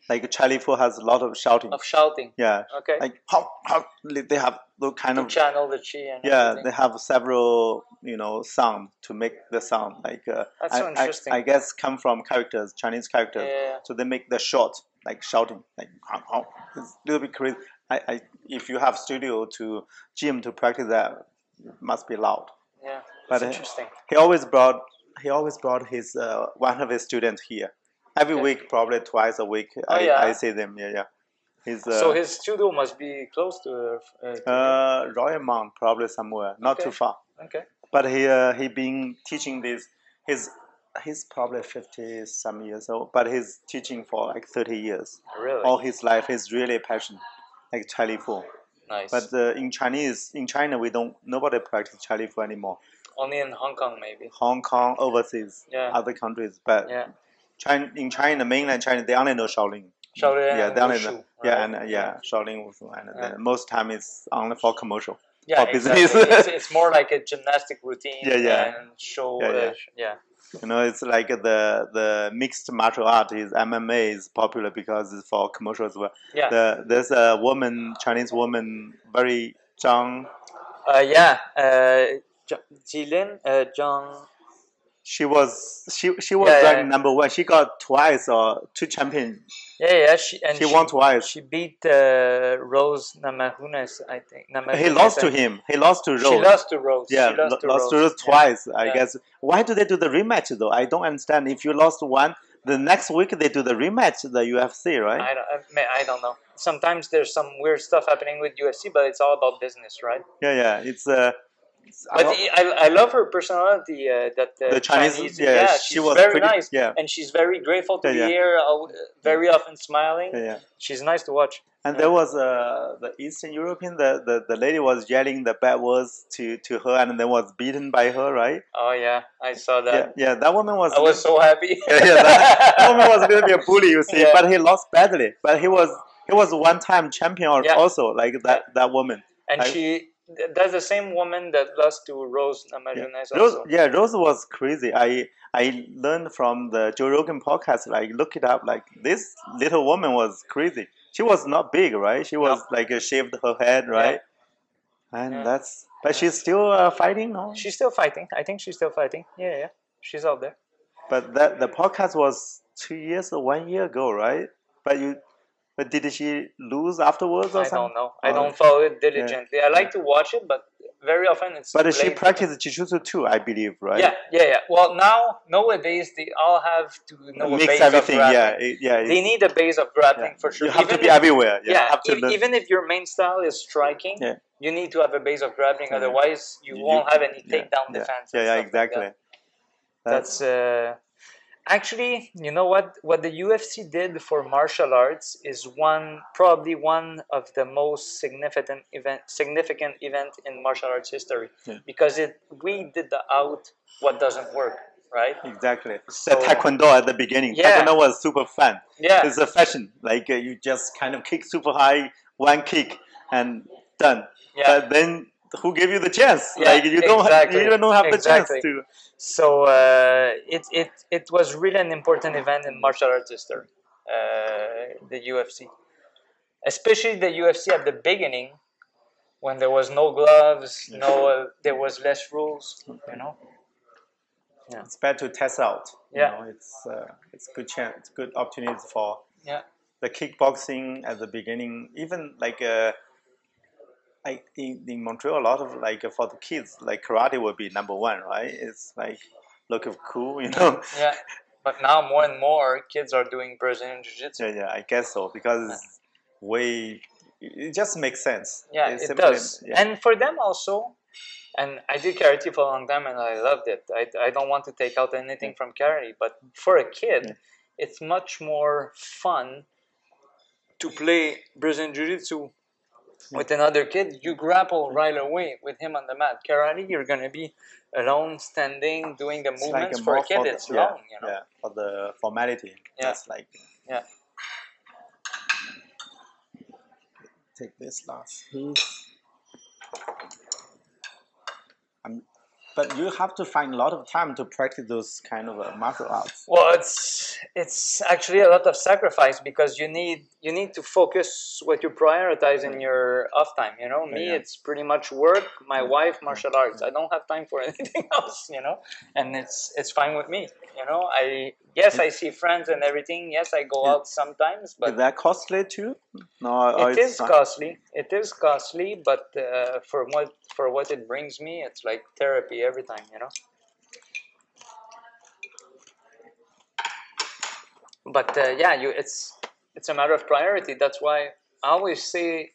Speaker 2: Like Charlie Fu has a lot of shouting.
Speaker 1: of shouting.
Speaker 2: yeah.
Speaker 1: Okay.
Speaker 2: Like pop, pop, they have those kind
Speaker 1: to
Speaker 2: of
Speaker 1: channel the chi and
Speaker 2: yeah
Speaker 1: everything.
Speaker 2: they have several you know sound to make the sound like uh,
Speaker 1: That's
Speaker 2: I,
Speaker 1: so
Speaker 2: I-
Speaker 1: interesting.
Speaker 2: I, guess come from characters chinese characters
Speaker 1: Yeah.
Speaker 2: so they make the short like shouting like "Ow, ow." it's a little bit crazy I, I if you have studio to gym to practice that it must be loud
Speaker 1: yeah.
Speaker 2: But,
Speaker 1: That's
Speaker 2: uh,
Speaker 1: interesting.
Speaker 2: he always brought he always brought his uh, one of his students here every
Speaker 1: Okay.
Speaker 2: week probably twice a week
Speaker 1: Oh,
Speaker 2: I,
Speaker 1: yeah.
Speaker 2: I see them yeah yeah he's uh,
Speaker 1: so his studio must be close to. Uh, f- uh,
Speaker 2: uh, royal mount probably somewhere not
Speaker 1: Okay.
Speaker 2: too far
Speaker 1: okay.
Speaker 2: but he uh, he been teaching this he's he's probably 50 some years old but he's teaching for like 30 years
Speaker 1: Really
Speaker 2: all his life he's really passionate like Charlie Fu.
Speaker 1: nice.
Speaker 2: But uh, in Chinese, in China, we don't, nobody practice Charlie Fu anymore.
Speaker 1: Only in Hong Kong, maybe.
Speaker 2: Hong Kong, overseas,
Speaker 1: Yeah.
Speaker 2: other countries. But
Speaker 1: Yeah.
Speaker 2: China, in China, mainland China, they only know Shaolin.
Speaker 1: Shaolin
Speaker 2: yeah,
Speaker 1: and
Speaker 2: they only
Speaker 1: Wushu,
Speaker 2: know, yeah,
Speaker 1: right?
Speaker 2: and, yeah, Shaolin Wushu. And
Speaker 1: Yeah.
Speaker 2: then most time it's only for commercial.
Speaker 1: yeah,
Speaker 2: for
Speaker 1: exactly.
Speaker 2: business.
Speaker 1: it's, it's more like a gymnastic routine.
Speaker 2: Yeah, yeah.
Speaker 1: And show.
Speaker 2: Yeah,
Speaker 1: uh,
Speaker 2: yeah.
Speaker 1: sh- yeah.
Speaker 2: You know, it's like the the mixed martial art is MMA is popular because it's for commercial as well.
Speaker 1: Yeah.
Speaker 2: The, there's a woman, Chinese woman, very Zhang.
Speaker 1: Uh, yeah. Uh, Ji- Jilin, uh, Zhang
Speaker 2: she was she she was
Speaker 1: Yeah, yeah,
Speaker 2: like
Speaker 1: yeah.
Speaker 2: number one. She got twice or two champion.
Speaker 1: Yeah, yeah. She and
Speaker 2: She, won twice.
Speaker 1: She beat uh, Rose Namajunas, I think.
Speaker 2: he
Speaker 1: Namajunas,
Speaker 2: lost
Speaker 1: I
Speaker 2: to
Speaker 1: think.
Speaker 2: him. He lost to Rose.
Speaker 1: She lost to Rose.
Speaker 2: yeah,
Speaker 1: she lost,
Speaker 2: lo-
Speaker 1: to
Speaker 2: lost to
Speaker 1: Rose.
Speaker 2: Rose twice. I
Speaker 1: Yeah.
Speaker 2: guess. Why do they do the rematch though? I don't understand. If you lost one, the next week they do the rematch. The UFC, right?
Speaker 1: I don't, I may- I don't know. Sometimes there's some weird stuff happening with UFC, but it's all about business, right?
Speaker 2: yeah, yeah. It's uh, it's- I
Speaker 1: But
Speaker 2: don't-
Speaker 1: I, I, love her personality. Uh, that uh,
Speaker 2: the Chinese. yeah,
Speaker 1: she's
Speaker 2: she was
Speaker 1: very
Speaker 2: pretty.
Speaker 1: nice,
Speaker 2: Yeah,
Speaker 1: and she's very grateful to
Speaker 2: Yeah,
Speaker 1: be
Speaker 2: yeah.
Speaker 1: here. al- Very often smiling.
Speaker 2: yeah, yeah.
Speaker 1: She's nice to watch.
Speaker 2: And
Speaker 1: Yeah.
Speaker 2: there was uh, the Eastern European. The, the the lady was yelling the bad words to to her, and then was beaten by her, right?
Speaker 1: Oh yeah, I saw that.
Speaker 2: yeah, yeah. That woman was.
Speaker 1: I was so happy.
Speaker 2: yeah, yeah, that, that woman was going to be a bully, you see.
Speaker 1: Yeah.
Speaker 2: But he lost badly. But he was he was one time champion al-
Speaker 1: Yeah.
Speaker 2: also, like that that woman.
Speaker 1: and
Speaker 2: I-
Speaker 1: she th- that's the same woman that lost to Rose Namajunas
Speaker 2: Rose,
Speaker 1: also.
Speaker 2: yeah, Rose was crazy. I I learned from the Joe Rogan podcast. Like, look it up. Like, this little woman was crazy. She was not big, right? She was like uh, shaved her head, right? And
Speaker 1: Yeah.
Speaker 2: that's. But she's still uh, fighting, no?
Speaker 1: She's still fighting. I think she's still fighting. Yeah, yeah. She's out there.
Speaker 2: But that the podcast was two years or one year ago, right? But you, but did she lose afterwards or
Speaker 1: I
Speaker 2: something?
Speaker 1: don't know. I
Speaker 2: Oh.
Speaker 1: don't follow it diligently. I like to watch it, but very often it's.
Speaker 2: But she
Speaker 1: late.
Speaker 2: practiced jujitsu too, I believe, right?
Speaker 1: Yeah, yeah, yeah. Well, now nowadays they all have to know a
Speaker 2: mix
Speaker 1: base
Speaker 2: everything.
Speaker 1: Of
Speaker 2: Yeah,
Speaker 1: grappling.
Speaker 2: it- yeah.
Speaker 1: they
Speaker 2: it-
Speaker 1: need a base of grappling
Speaker 2: yeah.
Speaker 1: for sure.
Speaker 2: You have to
Speaker 1: Even
Speaker 2: be
Speaker 1: if-
Speaker 2: everywhere. Yeah,
Speaker 1: yeah,
Speaker 2: have to
Speaker 1: e-
Speaker 2: learn.
Speaker 1: even if your main style is striking,
Speaker 2: Yeah.
Speaker 1: you need to have a base of grappling.
Speaker 2: Yeah.
Speaker 1: Otherwise, you,
Speaker 2: You-
Speaker 1: won't have any
Speaker 2: yeah,
Speaker 1: takedown
Speaker 2: yeah.
Speaker 1: defense.
Speaker 2: yeah,
Speaker 1: and
Speaker 2: yeah,
Speaker 1: stuff like that.
Speaker 2: exactly.
Speaker 1: That's uh, actually, you know what? What the UFC did for martial arts is one, probably one of the most significant event, significant event in martial arts history,
Speaker 2: Yeah.
Speaker 1: because it we did the out what doesn't work, right?
Speaker 2: exactly.
Speaker 1: So-
Speaker 2: the taekwondo at the beginning.
Speaker 1: Yeah.
Speaker 2: Taekwondo was super fun.
Speaker 1: Yeah,
Speaker 2: It's a fashion. Like uh, you just kind of kick super high, one kick, and done.
Speaker 1: yeah.
Speaker 2: But then who gave you the chance?
Speaker 1: Yeah,
Speaker 2: like you don't.
Speaker 1: exactly.
Speaker 2: You don't have the
Speaker 1: Exactly.
Speaker 2: chance to.
Speaker 1: So uh, it it it was really an important event in martial arts history, uh, the UFC, especially the UFC at the beginning, when there was no gloves, no uh, there was less rules, you know.
Speaker 2: It's better to test out. you
Speaker 1: Yeah.
Speaker 2: know, it's uh, it's good chance. It's good opportunity for.
Speaker 1: Yeah,
Speaker 2: the kickboxing at the beginning, even like uh, like in, in Montreal, a lot of like uh, for the kids, like karate would be number one, right? It's like look of cool, you know.
Speaker 1: yeah. But now more and more kids are doing Brazilian jiu-jitsu.
Speaker 2: yeah, yeah, I guess so because it's way it just makes sense.
Speaker 1: Yeah,
Speaker 2: It's
Speaker 1: it
Speaker 2: simply-
Speaker 1: does.
Speaker 2: Yeah,
Speaker 1: And for them also, and I did karate for a long time and I loved it. I, I don't want to take out anything from karate, but for a kid,
Speaker 2: Yeah.
Speaker 1: it's much more fun to play Brazilian Jiu Jitsu with another kid. You grapple right away with him on the mat. Karate, you're going to be alone, standing, doing the
Speaker 2: it's like
Speaker 1: movements. for a
Speaker 2: more
Speaker 1: kid,
Speaker 2: the-
Speaker 1: it's
Speaker 2: yeah,
Speaker 1: long, you know.
Speaker 2: yeah, for the formality.
Speaker 1: Yeah.
Speaker 2: Just like
Speaker 1: Yeah.
Speaker 2: Take this last piece. Um, but you have to find a lot of time to practice those kind of uh, martial arts.
Speaker 1: Well, it's it's actually a lot of sacrifice because you need you need to focus what you prioritize in your off time. You know, me,
Speaker 2: Yeah.
Speaker 1: it's pretty much work, my wife, martial arts. I don't have time for anything else. You know, and it's it's fine with me. You know, I yes, I see friends and everything. Yes, I go
Speaker 2: Yeah.
Speaker 1: out sometimes, but
Speaker 2: Is that costly too? No, or
Speaker 1: it
Speaker 2: it's
Speaker 1: is
Speaker 2: not-
Speaker 1: costly. It is costly, but uh, for what for what it brings me, it's like therapy every time. You know. But uh, yeah, you it's it's a matter of priority. That's why I always say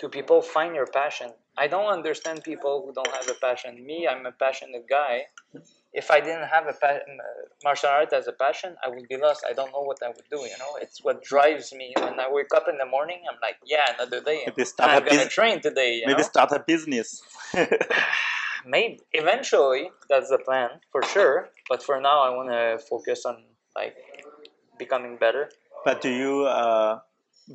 Speaker 1: to people, find your passion. I don't understand people who don't have a passion. Me, I'm a passionate guy. If I didn't have a pa- m- uh, martial art as a passion, I would be lost. I don't know what I would do. You know, it's what drives me. When I wake up in the morning, I'm like, yeah, another day.
Speaker 2: Maybe start
Speaker 1: I'm
Speaker 2: a
Speaker 1: gonna
Speaker 2: business.
Speaker 1: train today. You
Speaker 2: Maybe
Speaker 1: know?
Speaker 2: start a business.
Speaker 1: maybe eventually that's the plan for sure but for now i want to focus on like becoming better
Speaker 2: but do you uh,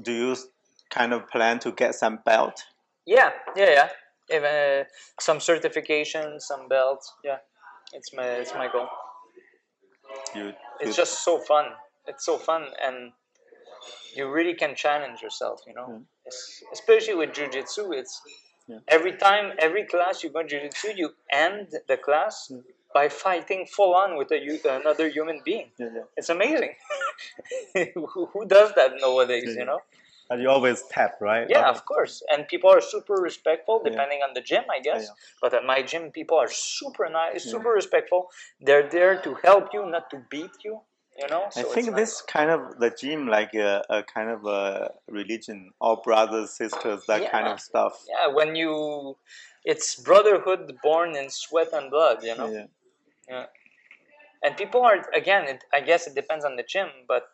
Speaker 2: do you s- kind of plan to get some belt?
Speaker 1: yeah yeah yeah if, uh, some certifications some belts yeah it's my it's my goal
Speaker 2: You, you
Speaker 1: it's just so fun it's so fun and you really can challenge yourself you know
Speaker 2: Mm.
Speaker 1: Es- especially with jiu-jitsu it's
Speaker 2: Yeah.
Speaker 1: every time every class you go jiu-jitsu you end the class by fighting full on with a, hu- another human being.
Speaker 2: Yeah, yeah.
Speaker 1: It's amazing. who, who does that nowadays, you know?
Speaker 2: And you always tap, right?
Speaker 1: Yeah,
Speaker 2: Always-
Speaker 1: of course. And people are super respectful,
Speaker 2: Yeah.
Speaker 1: depending on the gym, I guess.
Speaker 2: yeah.
Speaker 1: But at my gym, people are super nice, super respectful. They're there to help you, not to beat you. You know.
Speaker 2: I
Speaker 1: So it's
Speaker 2: think
Speaker 1: nice.
Speaker 2: this kind of the gym, like a, a kind of a religion, all brothers, sisters, that kind
Speaker 1: Yeah.
Speaker 2: of stuff.
Speaker 1: Yeah, when you, it's brotherhood born in sweat and blood. You know.
Speaker 2: Yeah.
Speaker 1: And people are again. It, I guess it depends on the gym, but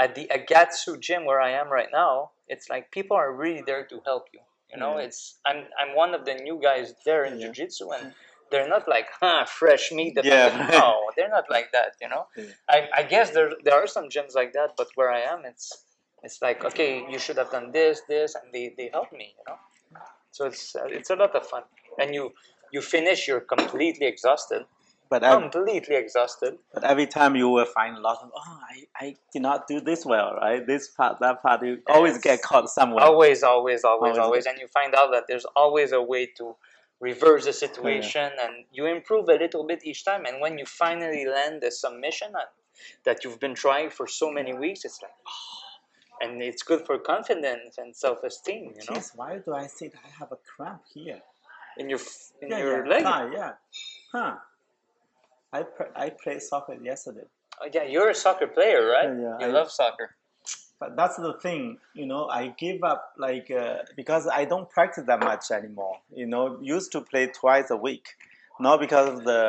Speaker 1: at the Agatsu gym where I am right now, it's like people are really there to help you. You know,
Speaker 2: Yeah.
Speaker 1: it's I'm I'm one of the new guys there in
Speaker 2: Yeah.
Speaker 1: jujitsu, and they're not like huh fresh meat. that I'm
Speaker 2: Yeah.
Speaker 1: gonna-" no, they're not like that. You know,
Speaker 2: Yeah.
Speaker 1: I I guess there there are some gyms like that, but where I am, it's it's like okay, you should have done this, this, and they they help me. You know, so it's uh, it's a lot of fun, and you you finish, you're completely exhausted,
Speaker 2: But ev-
Speaker 1: completely exhausted.
Speaker 2: but every time you will find a lot of oh, I, I did not do this well, right? This part, that part, you always get
Speaker 1: Yes. Oh,
Speaker 2: caught somewhere.
Speaker 1: always, always, always,
Speaker 2: Always a
Speaker 1: always, and you find out that there's always a way to reverse the situation, and you improve a little bit each time. And when you finally land the submission that- that you've been trying for so many weeks, it's like, oh, and it's good for confidence and self-esteem, you know,
Speaker 2: Jeez, why do I think I have a cramp here?
Speaker 1: in your f- in
Speaker 2: Yeah,
Speaker 1: your
Speaker 2: yeah.
Speaker 1: leg.
Speaker 2: Ah, yeah. Huh. I pr- I played soccer yesterday.
Speaker 1: Oh, yeah, you're a soccer player, right?
Speaker 2: Yeah, yeah,
Speaker 1: you
Speaker 2: I-
Speaker 1: love soccer.
Speaker 2: But that's the thing, you know, I give up like uh, because I don't practice that much anymore. You know, used to play twice a week. Now because of the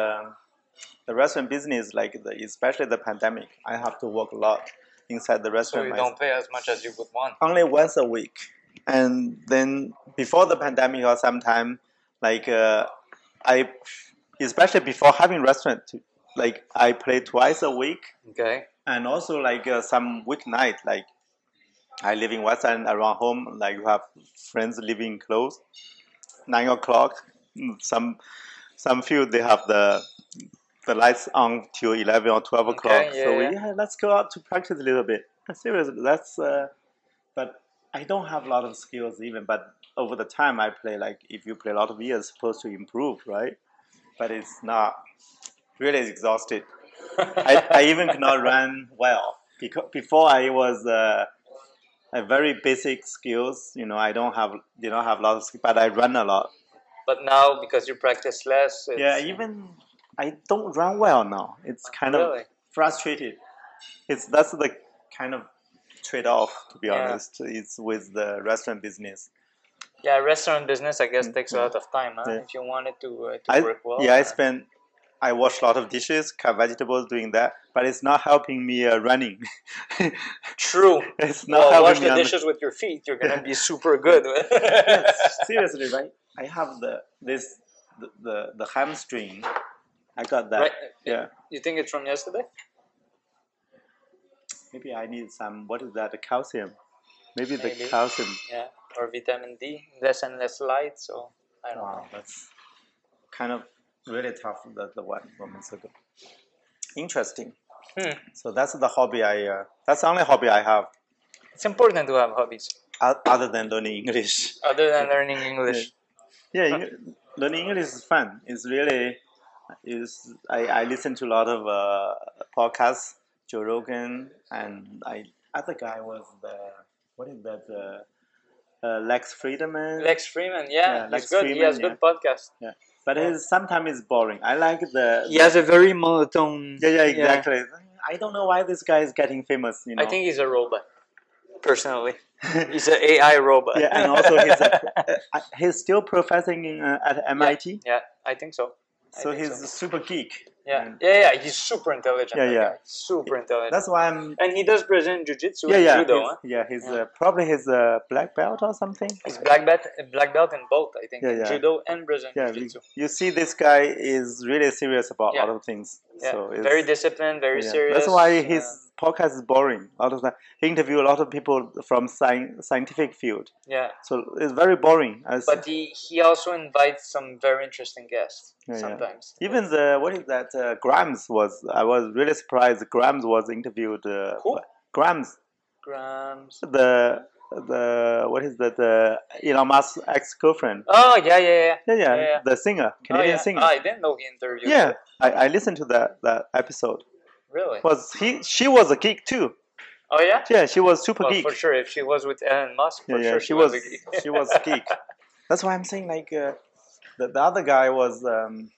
Speaker 2: the restaurant business, like the, especially the pandemic, I have to work a lot inside the
Speaker 1: So
Speaker 2: restaurant.
Speaker 1: you
Speaker 2: I-
Speaker 1: don't play as much as you would want.
Speaker 2: only once a week. And then before the pandemic or sometime, like uh, I, especially before having restaurant, like I play twice a week
Speaker 1: Okay.
Speaker 2: and also like uh, some weeknight like i live in west end around home like you have friends living close nine o'clock mm, some some few they have the the lights on till 11 or 12 o'clock
Speaker 1: yeah,
Speaker 2: so
Speaker 1: yeah.
Speaker 2: yeah. let's go out to practice a little bit seriously that's uh, but i don't have a lot of skills even but over the time i play like if you play a lot of years supposed to improve right but it's not really exhausted I, I even could not run well because before I was uh, a very basic skills. You know, I don't have you know have a lot of skill, but I run a lot.
Speaker 1: But now because you practice less, it's,
Speaker 2: yeah, even I don't run well now. It's kind
Speaker 1: Really?
Speaker 2: of frustrated. It's that's the kind of trade off to be
Speaker 1: Yeah.
Speaker 2: honest. It's with the restaurant business.
Speaker 1: Yeah, restaurant business, I guess, takes a lot of time. Huh?
Speaker 2: Mm-hmm. Yeah.
Speaker 1: If you want it to, uh, to
Speaker 2: I,
Speaker 1: work well.
Speaker 2: yeah, I
Speaker 1: uh,
Speaker 2: spend. I wash a lot of dishes, cut vegetables, doing that, but it's not helping me uh, running.
Speaker 1: True.
Speaker 2: it's not
Speaker 1: Well,
Speaker 2: helping
Speaker 1: wash
Speaker 2: me
Speaker 1: the
Speaker 2: on
Speaker 1: dishes with your feet. You're gonna be super good. yeah,
Speaker 2: seriously, right? I have the this the the, the hamstring. I got that.
Speaker 1: Right.
Speaker 2: Yeah.
Speaker 1: You think it's from yesterday?
Speaker 2: Maybe I need some. What is that? The calcium. Maybe,
Speaker 1: Maybe.
Speaker 2: the calcium.
Speaker 1: Yeah. Or vitamin D. Less and less light. So I don't know.
Speaker 2: Wow, that's kind of really tough. That the one from Instagram. Interesting.
Speaker 1: Hmm.
Speaker 2: So that's the hobby I. Uh, that's the only hobby I have,
Speaker 1: It's important to have hobbies
Speaker 2: o- other than learning English.
Speaker 1: other than learning English.
Speaker 2: Yeah, Eng- learning English is fun. It's really is I, I listen to a lot of uh, podcasts, Joe Rogan, and I other guy was the what is that uh, uh, Lex Friedman.
Speaker 1: Lex Freeman. Yeah,
Speaker 2: Yeah,
Speaker 1: he's
Speaker 2: Lex
Speaker 1: good. he
Speaker 2: Freeman,
Speaker 1: has good podcast.
Speaker 2: Yeah, but it's sometimes it's boring. I like the
Speaker 1: He has a very monotone.
Speaker 2: Uh, yeah yeah exactly. I don't know why this guy is getting famous. You know.
Speaker 1: I think he's a robot. Personally, he's an AI robot.
Speaker 2: yeah, and also he's a, uh, he's still professing in, uh, at MIT,
Speaker 1: yeah, I think so. I
Speaker 2: so
Speaker 1: think
Speaker 2: he's
Speaker 1: so.
Speaker 2: a super geek.
Speaker 1: Yeah,
Speaker 2: And
Speaker 1: yeah, yeah. He's super intelligent.
Speaker 2: Yeah,
Speaker 1: that
Speaker 2: yeah.
Speaker 1: guy. Super intelligent.
Speaker 2: That's why I'm
Speaker 1: and he does Brazilian jiu-jitsu
Speaker 2: yeah,
Speaker 1: and
Speaker 2: yeah,
Speaker 1: judo.
Speaker 2: he's-
Speaker 1: huh?
Speaker 2: yeah. He's
Speaker 1: Yeah.
Speaker 2: Uh, probably his uh, black belt or something.
Speaker 1: He's black belt, black belt in both, I think,
Speaker 2: Yeah,
Speaker 1: in
Speaker 2: yeah.
Speaker 1: judo and Brazilian
Speaker 2: Yeah, we-
Speaker 1: jiu-jitsu.
Speaker 2: you see, this guy is really serious about
Speaker 1: Yeah.
Speaker 2: a lot of things.
Speaker 1: Yeah,
Speaker 2: so it's,
Speaker 1: very disciplined, very
Speaker 2: yeah.
Speaker 1: serious.
Speaker 2: That's why
Speaker 1: uh,
Speaker 2: his podcast is boring. A lot of time, he interview a lot of people from sci- scientific field,
Speaker 1: yeah,
Speaker 2: so it's very boring. As
Speaker 1: but he he also invites some very interesting guests
Speaker 2: Yeah, yeah.
Speaker 1: sometimes.
Speaker 2: even the what is that? Uh, Grams was. I was really surprised. Grams was interviewed. Uh,
Speaker 1: Who?
Speaker 2: Grams,
Speaker 1: Grams.
Speaker 2: the the what is that? The Elon Musk's ex-girlfriend.
Speaker 1: Oh yeah, yeah, yeah.
Speaker 2: Yeah, yeah,
Speaker 1: yeah.
Speaker 2: the singer,
Speaker 1: Oh,
Speaker 2: Canadian
Speaker 1: yeah.
Speaker 2: singer.
Speaker 1: Oh, I didn't know he interviewed.
Speaker 2: yeah,
Speaker 1: her.
Speaker 2: I, I listened to that that episode.
Speaker 1: Really?
Speaker 2: Was he? She was a geek too.
Speaker 1: Oh yeah.
Speaker 2: Yeah, she was super
Speaker 1: Well,
Speaker 2: geek.
Speaker 1: for sure, if she was with Elon Musk,
Speaker 2: Yeah,
Speaker 1: for
Speaker 2: yeah,
Speaker 1: sure
Speaker 2: she was
Speaker 1: a geek.
Speaker 2: she was geek. That's why I'm saying like uh, the the other guy was um,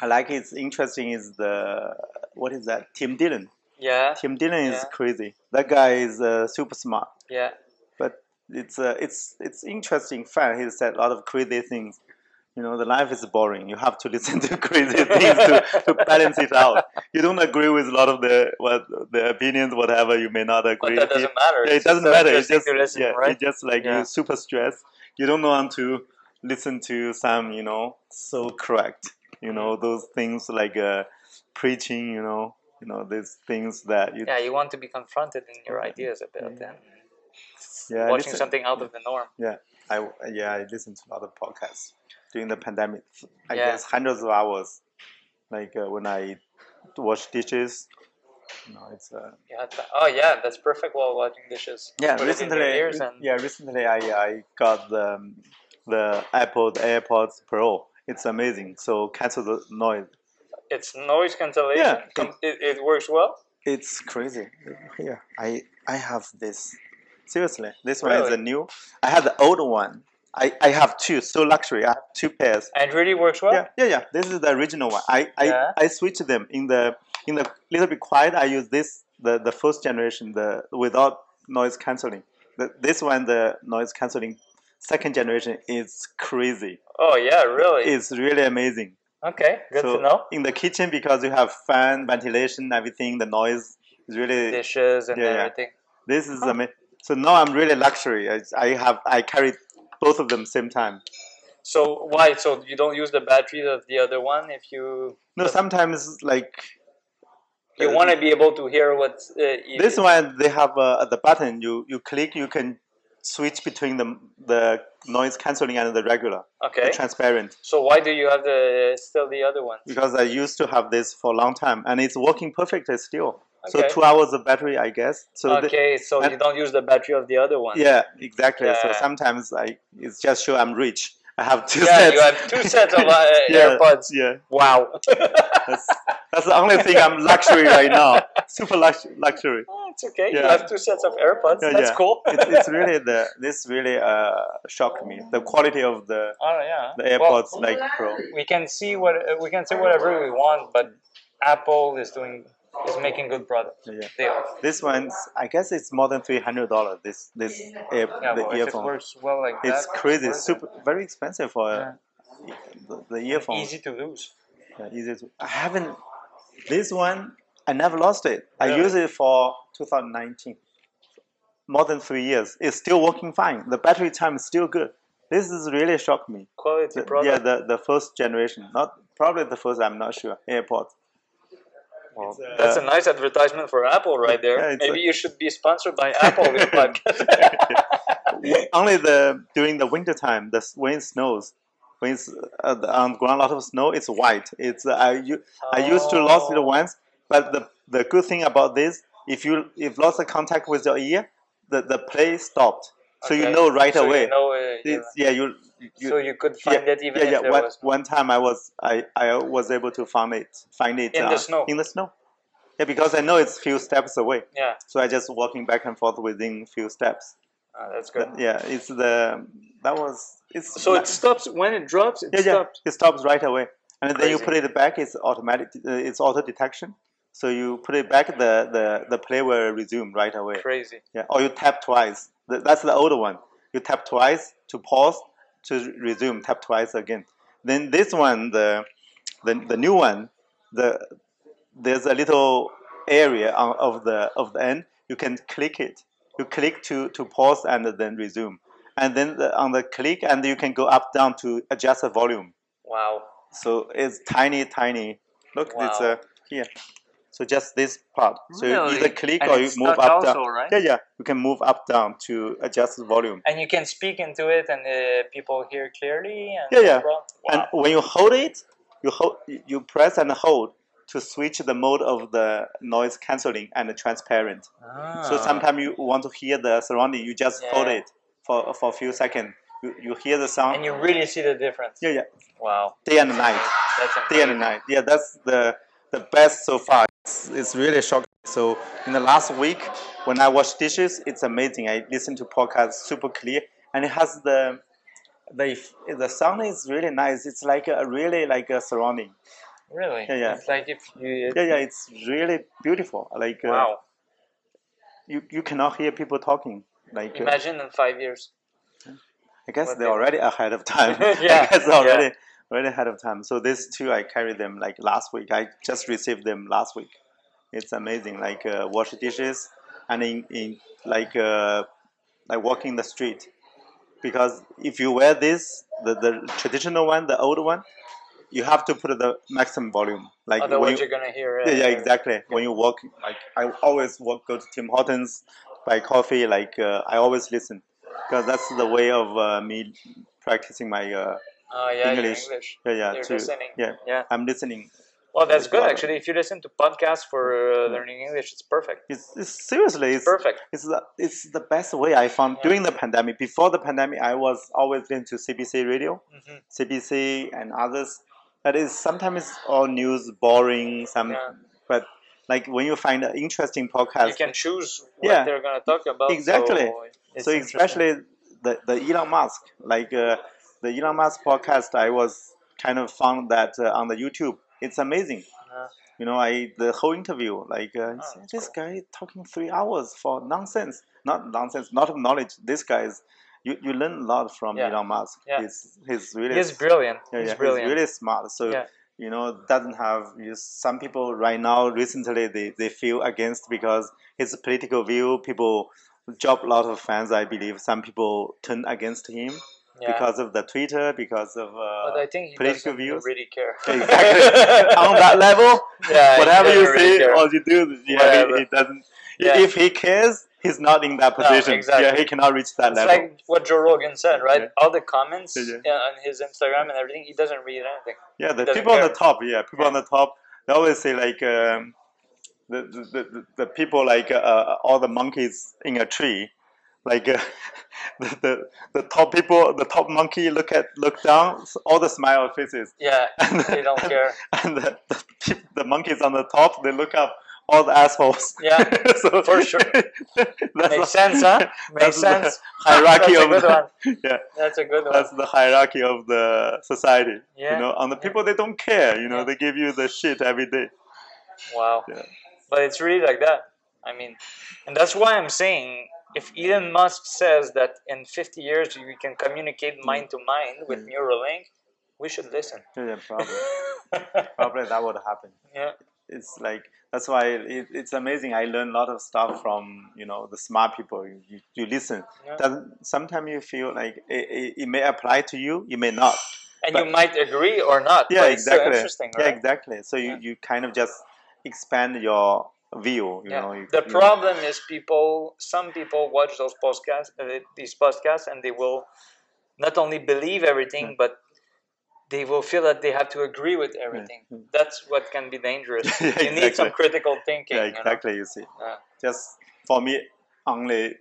Speaker 2: I like it's interesting is the what is that Tim Dillon.
Speaker 1: yeah,
Speaker 2: Tim Dillon is
Speaker 1: Yeah.
Speaker 2: crazy. That guy is uh, super smart.
Speaker 1: yeah,
Speaker 2: It's uh, it's it's interesting fact. He said a lot of crazy things. You know, the life is boring. You have to listen to crazy things to, to balance it out. You don't agree with a lot of the what the opinions, whatever you may not
Speaker 1: but
Speaker 2: agree.
Speaker 1: that
Speaker 2: with.
Speaker 1: doesn't matter.
Speaker 2: Yeah, it
Speaker 1: It's just
Speaker 2: doesn't
Speaker 1: so
Speaker 2: matter. It's
Speaker 1: interesting
Speaker 2: just,
Speaker 1: to listen,
Speaker 2: yeah,
Speaker 1: right?
Speaker 2: it's just like
Speaker 1: Yeah.
Speaker 2: you're super stressed. You don't want to listen to some, you know, so correct. You know,
Speaker 1: Mm.
Speaker 2: those things like uh, preaching, you know, you know, these things that you
Speaker 1: Yeah, you want to be confronted in your ideas about them.
Speaker 2: yeah, I
Speaker 1: Watching
Speaker 2: listen-
Speaker 1: something out of the norm.
Speaker 2: I yeah, I listened to a lot of podcasts during the pandemic. I
Speaker 1: Yeah.
Speaker 2: guess hundreds of hours. Like uh, when I wash dishes, you know, it's uh,
Speaker 1: You had to, oh yeah, that's perfect while watching dishes.
Speaker 2: Yeah,
Speaker 1: Put it in
Speaker 2: recently,
Speaker 1: your ears
Speaker 2: re-
Speaker 1: and
Speaker 2: yeah, recently I, I got the, um, the Apple AirPods Pro. It's amazing. So cancel the noise.
Speaker 1: it's noise cancellation.
Speaker 2: Yeah.
Speaker 1: Com- It, it works well.
Speaker 2: It's crazy. Yeah, I I have this. Seriously, this one is
Speaker 1: Really?
Speaker 2: a new. I had the old one. I, I have two. So luxury. I have two pairs.
Speaker 1: And it really works well.
Speaker 2: Yeah, yeah, yeah. This is the original one. I I,
Speaker 1: Yeah.
Speaker 2: I switched them in the in the little bit quiet. I use this the the first generation the without noise canceling. The, this one the noise canceling second generation is crazy.
Speaker 1: Oh yeah, really.
Speaker 2: It's really amazing.
Speaker 1: okay, good
Speaker 2: So
Speaker 1: to know.
Speaker 2: In the kitchen because you have fan ventilation everything. The noise is really
Speaker 1: Dishes and
Speaker 2: Yeah, yeah.
Speaker 1: everything.
Speaker 2: this is
Speaker 1: Huh.
Speaker 2: amazing. So now I'm really luxury. I, I have I carry both of them same time.
Speaker 1: So why? So you don't use the batteries of the other one if you
Speaker 2: No, sometimes like
Speaker 1: you
Speaker 2: uh,
Speaker 1: want to be able to hear what uh, you-
Speaker 2: this one they have uh, the button you you click you can switch between the the noise canceling and the regular
Speaker 1: Okay.
Speaker 2: the transparent
Speaker 1: So why do you have the still the other one?
Speaker 2: because i used to have this for a long time and it's working perfectly still
Speaker 1: Okay.
Speaker 2: so two hours of battery i guess so the-
Speaker 1: okay, so
Speaker 2: and-
Speaker 1: you don't use the battery of the other one.
Speaker 2: yeah exactly so
Speaker 1: Yeah.
Speaker 2: sometimes i it's just show i'm rich i have two
Speaker 1: Yeah,
Speaker 2: sets
Speaker 1: you have two sets of uh,
Speaker 2: yeah,
Speaker 1: AirPods.
Speaker 2: yeah
Speaker 1: Wow.
Speaker 2: that's, that's the only thing i'm luxury right now super lux- luxury
Speaker 1: Oh, it's okay. You
Speaker 2: Yeah.
Speaker 1: have two sets of AirPods.
Speaker 2: Yeah,
Speaker 1: That's
Speaker 2: yeah.
Speaker 1: cool.
Speaker 2: it's, it's really the this really uh shocked me the quality of the
Speaker 1: oh yeah.
Speaker 2: the
Speaker 1: Well,
Speaker 2: AirPods like Pro.
Speaker 1: we can see what uh, we can say whatever we want, but Apple is doing is making good products.
Speaker 2: Yeah.
Speaker 1: They are.
Speaker 2: This one's I guess it's more than three hundred dollars. This this air,
Speaker 1: Yeah,
Speaker 2: the
Speaker 1: well, if it
Speaker 2: earphone.
Speaker 1: works well like that,
Speaker 2: It's crazy,
Speaker 1: worth it.
Speaker 2: super very expensive for uh, the, the earphone.
Speaker 1: Easy to lose.
Speaker 2: Yeah, easy to- I haven't this one. I never lost it. I
Speaker 1: Really?
Speaker 2: used it for 2019, more than three years. It's still working fine. The battery time is still good. This is really shocked me.
Speaker 1: Quality
Speaker 2: The-
Speaker 1: product.
Speaker 2: yeah, the, the first generation, not probably the first. I'm not sure. AirPods.
Speaker 1: Well,
Speaker 2: It's, uh,
Speaker 1: that's a nice advertisement for Apple right there.
Speaker 2: Yeah, it's
Speaker 1: Maybe
Speaker 2: a-
Speaker 1: you should be sponsored by Apple your podcast.
Speaker 2: only the during the winter time the s- when it snows when it's uh, the- on the ground a lot of snow it's white it's uh, I, u- I used to lost it
Speaker 1: Oh.
Speaker 2: once but the the good thing about this if you if lost the contact with your ear the the play stopped so you
Speaker 1: Okay.
Speaker 2: know right
Speaker 1: So you
Speaker 2: away
Speaker 1: know, uh, yeah.
Speaker 2: it's, yeah you, you
Speaker 1: so you could find it even
Speaker 2: yeah,
Speaker 1: if
Speaker 2: yeah.
Speaker 1: there
Speaker 2: One,
Speaker 1: was
Speaker 2: one time I was I, I was able to find it find it uh,
Speaker 1: In the snow.
Speaker 2: in the snow yeah because I know it's few steps away
Speaker 1: yeah.
Speaker 2: so I just walking back and forth within few steps
Speaker 1: Ah, that's good.
Speaker 2: yeah, it's the that was it's
Speaker 1: So it stops when it drops. It
Speaker 2: yeah, yeah,
Speaker 1: stops.
Speaker 2: it stops right away, and then you
Speaker 1: Crazy.
Speaker 2: put it back. It's automatic. Uh, it's auto detection. So you put it back, the the the play will resume right away.
Speaker 1: Crazy.
Speaker 2: Yeah, or you tap twice. Th- That's the older one. You tap twice to pause to resume. Tap twice again. Then this one, the the, the new one, the there's a little area on, of the of the end. You can click it. You click to to pause and then resume. And then the, on the click, and you can go up down to adjust the volume.
Speaker 1: Wow.
Speaker 2: So it's tiny, tiny. Look, it's
Speaker 1: Wow.
Speaker 2: uh, here. So just this part. So you either
Speaker 1: Really?
Speaker 2: click
Speaker 1: And
Speaker 2: or you
Speaker 1: it's
Speaker 2: move
Speaker 1: stuck
Speaker 2: up down.
Speaker 1: also, right?
Speaker 2: Yeah, yeah. You can move up down to adjust the volume.
Speaker 1: And you can speak into it, and uh, people hear clearly. And
Speaker 2: Yeah, yeah.
Speaker 1: Wow.
Speaker 2: And when you hold it, you hold, you press and hold. to switch the mode of the noise canceling and the transparent.
Speaker 1: Ah.
Speaker 2: So sometimes you want to hear the surrounding, you just hold
Speaker 1: Yeah.
Speaker 2: it for, for a few seconds. You, you hear the sound.
Speaker 1: And you really see the difference.
Speaker 2: yeah, yeah,
Speaker 1: Wow.
Speaker 2: day and night,
Speaker 1: That's
Speaker 2: day
Speaker 1: amazing.
Speaker 2: and night. Yeah, that's the the best so far. It's, it's really shocking. So in the last week, when I wash dishes, it's amazing. I listen to podcasts super clear, and it has the the the sound is really nice. It's like a really like a surrounding.
Speaker 1: Really?
Speaker 2: Yeah, yeah.
Speaker 1: It's like if you.
Speaker 2: Yeah, yeah, it's really beautiful. Like uh,
Speaker 1: Wow.
Speaker 2: you you cannot hear people talking. Like uh,
Speaker 1: Imagine in five years.
Speaker 2: I guess
Speaker 1: what
Speaker 2: they're
Speaker 1: they-
Speaker 2: already ahead of time.
Speaker 1: Yeah,
Speaker 2: I guess
Speaker 1: yeah.
Speaker 2: already already ahead of time. So these two, I carried them like last week. I just received them last week. It's amazing. Like uh, wash dishes and in, in like uh, like walking the street, because if you wear this, the, the traditional one, the old one, you have to put the maximum volume. Like when
Speaker 1: Otherwise,
Speaker 2: you-
Speaker 1: you're gonna hear.
Speaker 2: yeah, yeah,
Speaker 1: uh,
Speaker 2: exactly. When you walk, like I always walk, go to Tim Hortons, buy coffee. Like uh, I always listen, because that's the way of uh, me practicing my. Uh,
Speaker 1: Oh yeah, your
Speaker 2: English.
Speaker 1: English.
Speaker 2: yeah, yeah.
Speaker 1: You're
Speaker 2: to-
Speaker 1: listening.
Speaker 2: Yeah,
Speaker 1: Yeah.
Speaker 2: I'm listening.
Speaker 1: Well, that's
Speaker 2: It's
Speaker 1: good
Speaker 2: lot.
Speaker 1: actually. If you listen to podcasts for uh, learning English, it's perfect.
Speaker 2: It's, it's seriously, it's
Speaker 1: Perfect.
Speaker 2: it's the it's the best way I found
Speaker 1: Yeah.
Speaker 2: during the pandemic. Before the pandemic, I was always into CBC radio,
Speaker 1: hmm
Speaker 2: CBC and others. That is sometimes it's all news boring. Some,
Speaker 1: Yeah.
Speaker 2: but like when you find an interesting podcast,
Speaker 1: You can choose what
Speaker 2: Yeah.
Speaker 1: they're gonna talk about.
Speaker 2: Exactly.
Speaker 1: So, it's
Speaker 2: so
Speaker 1: interesting.
Speaker 2: especially the, the Elon Musk, like uh, the Elon Musk podcast, I was kind of found that uh, on the YouTube. It's amazing.
Speaker 1: Yeah.
Speaker 2: You know, I the whole interview, like uh,
Speaker 1: Uh-huh. Oh, that's
Speaker 2: this guy talking three hours for nonsense, not nonsense, not knowledge. This guy's, you, you learn a lot from
Speaker 1: Yeah.
Speaker 2: Elon Musk.
Speaker 1: Yeah.
Speaker 2: He's he's really
Speaker 1: he's brilliant.
Speaker 2: yeah,
Speaker 1: he's
Speaker 2: yeah,
Speaker 1: brilliant.
Speaker 2: he's really smart. So
Speaker 1: Yeah.
Speaker 2: you know, doesn't have you, some people right now recently they, they feel against because his political view. People drop a lot of fans. I believe some people turn against him
Speaker 1: yeah.
Speaker 2: because of the Twitter, because of
Speaker 1: but
Speaker 2: uh,
Speaker 1: I think he
Speaker 2: political
Speaker 1: doesn't
Speaker 2: views.
Speaker 1: really care.
Speaker 2: exactly on that level.
Speaker 1: Yeah, he
Speaker 2: whatever you
Speaker 1: doesn't really
Speaker 2: say
Speaker 1: care.
Speaker 2: or you do, yeah,
Speaker 1: Whatever.
Speaker 2: he, he doesn't.
Speaker 1: Yeah.
Speaker 2: If he cares, he's not in that
Speaker 1: No,
Speaker 2: position. Yeah,
Speaker 1: exactly.
Speaker 2: he cannot reach that
Speaker 1: It's
Speaker 2: level.
Speaker 1: like what Joe Rogan said, right?
Speaker 2: Yeah.
Speaker 1: All the comments
Speaker 2: Yeah, yeah.
Speaker 1: yeah, on his Instagram and everything, he doesn't read anything.
Speaker 2: Yeah, the
Speaker 1: doesn't
Speaker 2: people on
Speaker 1: care.
Speaker 2: the top. Yeah, people on the top. They always say like um, the, the, the the people like uh, all the monkeys in a tree, like uh, the, the the top people, the top monkey look at look down, s- all the smile faces,
Speaker 1: Yeah,
Speaker 2: and
Speaker 1: they don't care.
Speaker 2: And the, the, peop- the monkeys on the top, they look up, all the assholes.
Speaker 1: Yeah,
Speaker 2: so,
Speaker 1: for sure.
Speaker 2: that's
Speaker 1: Makes
Speaker 2: the-
Speaker 1: sense, huh? Makes
Speaker 2: that's the
Speaker 1: sense.
Speaker 2: Hierarchy
Speaker 1: That's a
Speaker 2: of
Speaker 1: good
Speaker 2: the-
Speaker 1: one.
Speaker 2: yeah
Speaker 1: That's a good one.
Speaker 2: that's the hierarchy of the society.
Speaker 1: Yeah,
Speaker 2: You know, on the
Speaker 1: yeah.
Speaker 2: people they don't care. You know,
Speaker 1: Yeah.
Speaker 2: they give you the shit every day.
Speaker 1: Wow.
Speaker 2: Yeah.
Speaker 1: But it's really like that. I mean, and that's why I'm saying if Elon Musk says that in 50 years we can communicate mind to mind with
Speaker 2: Mm.
Speaker 1: Neuralink, we should listen.
Speaker 2: Yeah, yeah, probably, probably that would happen.
Speaker 1: yeah.
Speaker 2: It's like that's why it, it's amazing. I learn a lot of stuff from you know the smart people. You, you, you listen.
Speaker 1: Yeah.
Speaker 2: Doesn't Sometimes you feel like it, it, it may apply to you, it may not.
Speaker 1: And
Speaker 2: But-
Speaker 1: you might agree or not.
Speaker 2: Yeah,
Speaker 1: but it's still
Speaker 2: exactly.
Speaker 1: interesting,
Speaker 2: Yeah,
Speaker 1: right?
Speaker 2: exactly. So you,
Speaker 1: Yeah.
Speaker 2: you kind of just expand your view. You
Speaker 1: Yeah.
Speaker 2: know, you,
Speaker 1: the
Speaker 2: you-
Speaker 1: problem is people. Some people watch those podcasts, uh, these podcasts, and they will not only believe everything,
Speaker 2: Hmm.
Speaker 1: but they will feel that they have to agree with everything.
Speaker 2: Yeah.
Speaker 1: That's what can be dangerous.
Speaker 2: Hmm. Yeah,
Speaker 1: You need some
Speaker 2: exactly.
Speaker 1: critical thinking.
Speaker 2: yeah,
Speaker 1: you know?
Speaker 2: exactly. You see.
Speaker 1: Yeah.
Speaker 2: just for me only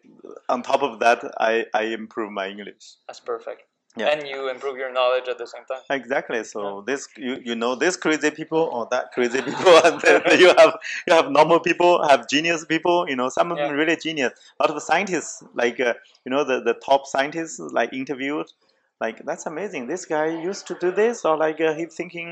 Speaker 2: on top of that i i improve my english
Speaker 1: That's perfect.
Speaker 2: Yeah.
Speaker 1: And you improve your knowledge at the same time.
Speaker 2: exactly so this you, you know this crazy people or that crazy people and then you have you have normal people have genius people you know some of them
Speaker 1: Yeah.
Speaker 2: really genius a lot of scientists like uh, you know the the top scientists like interviewed like that's amazing this guy used to do this or like uh, he's thinking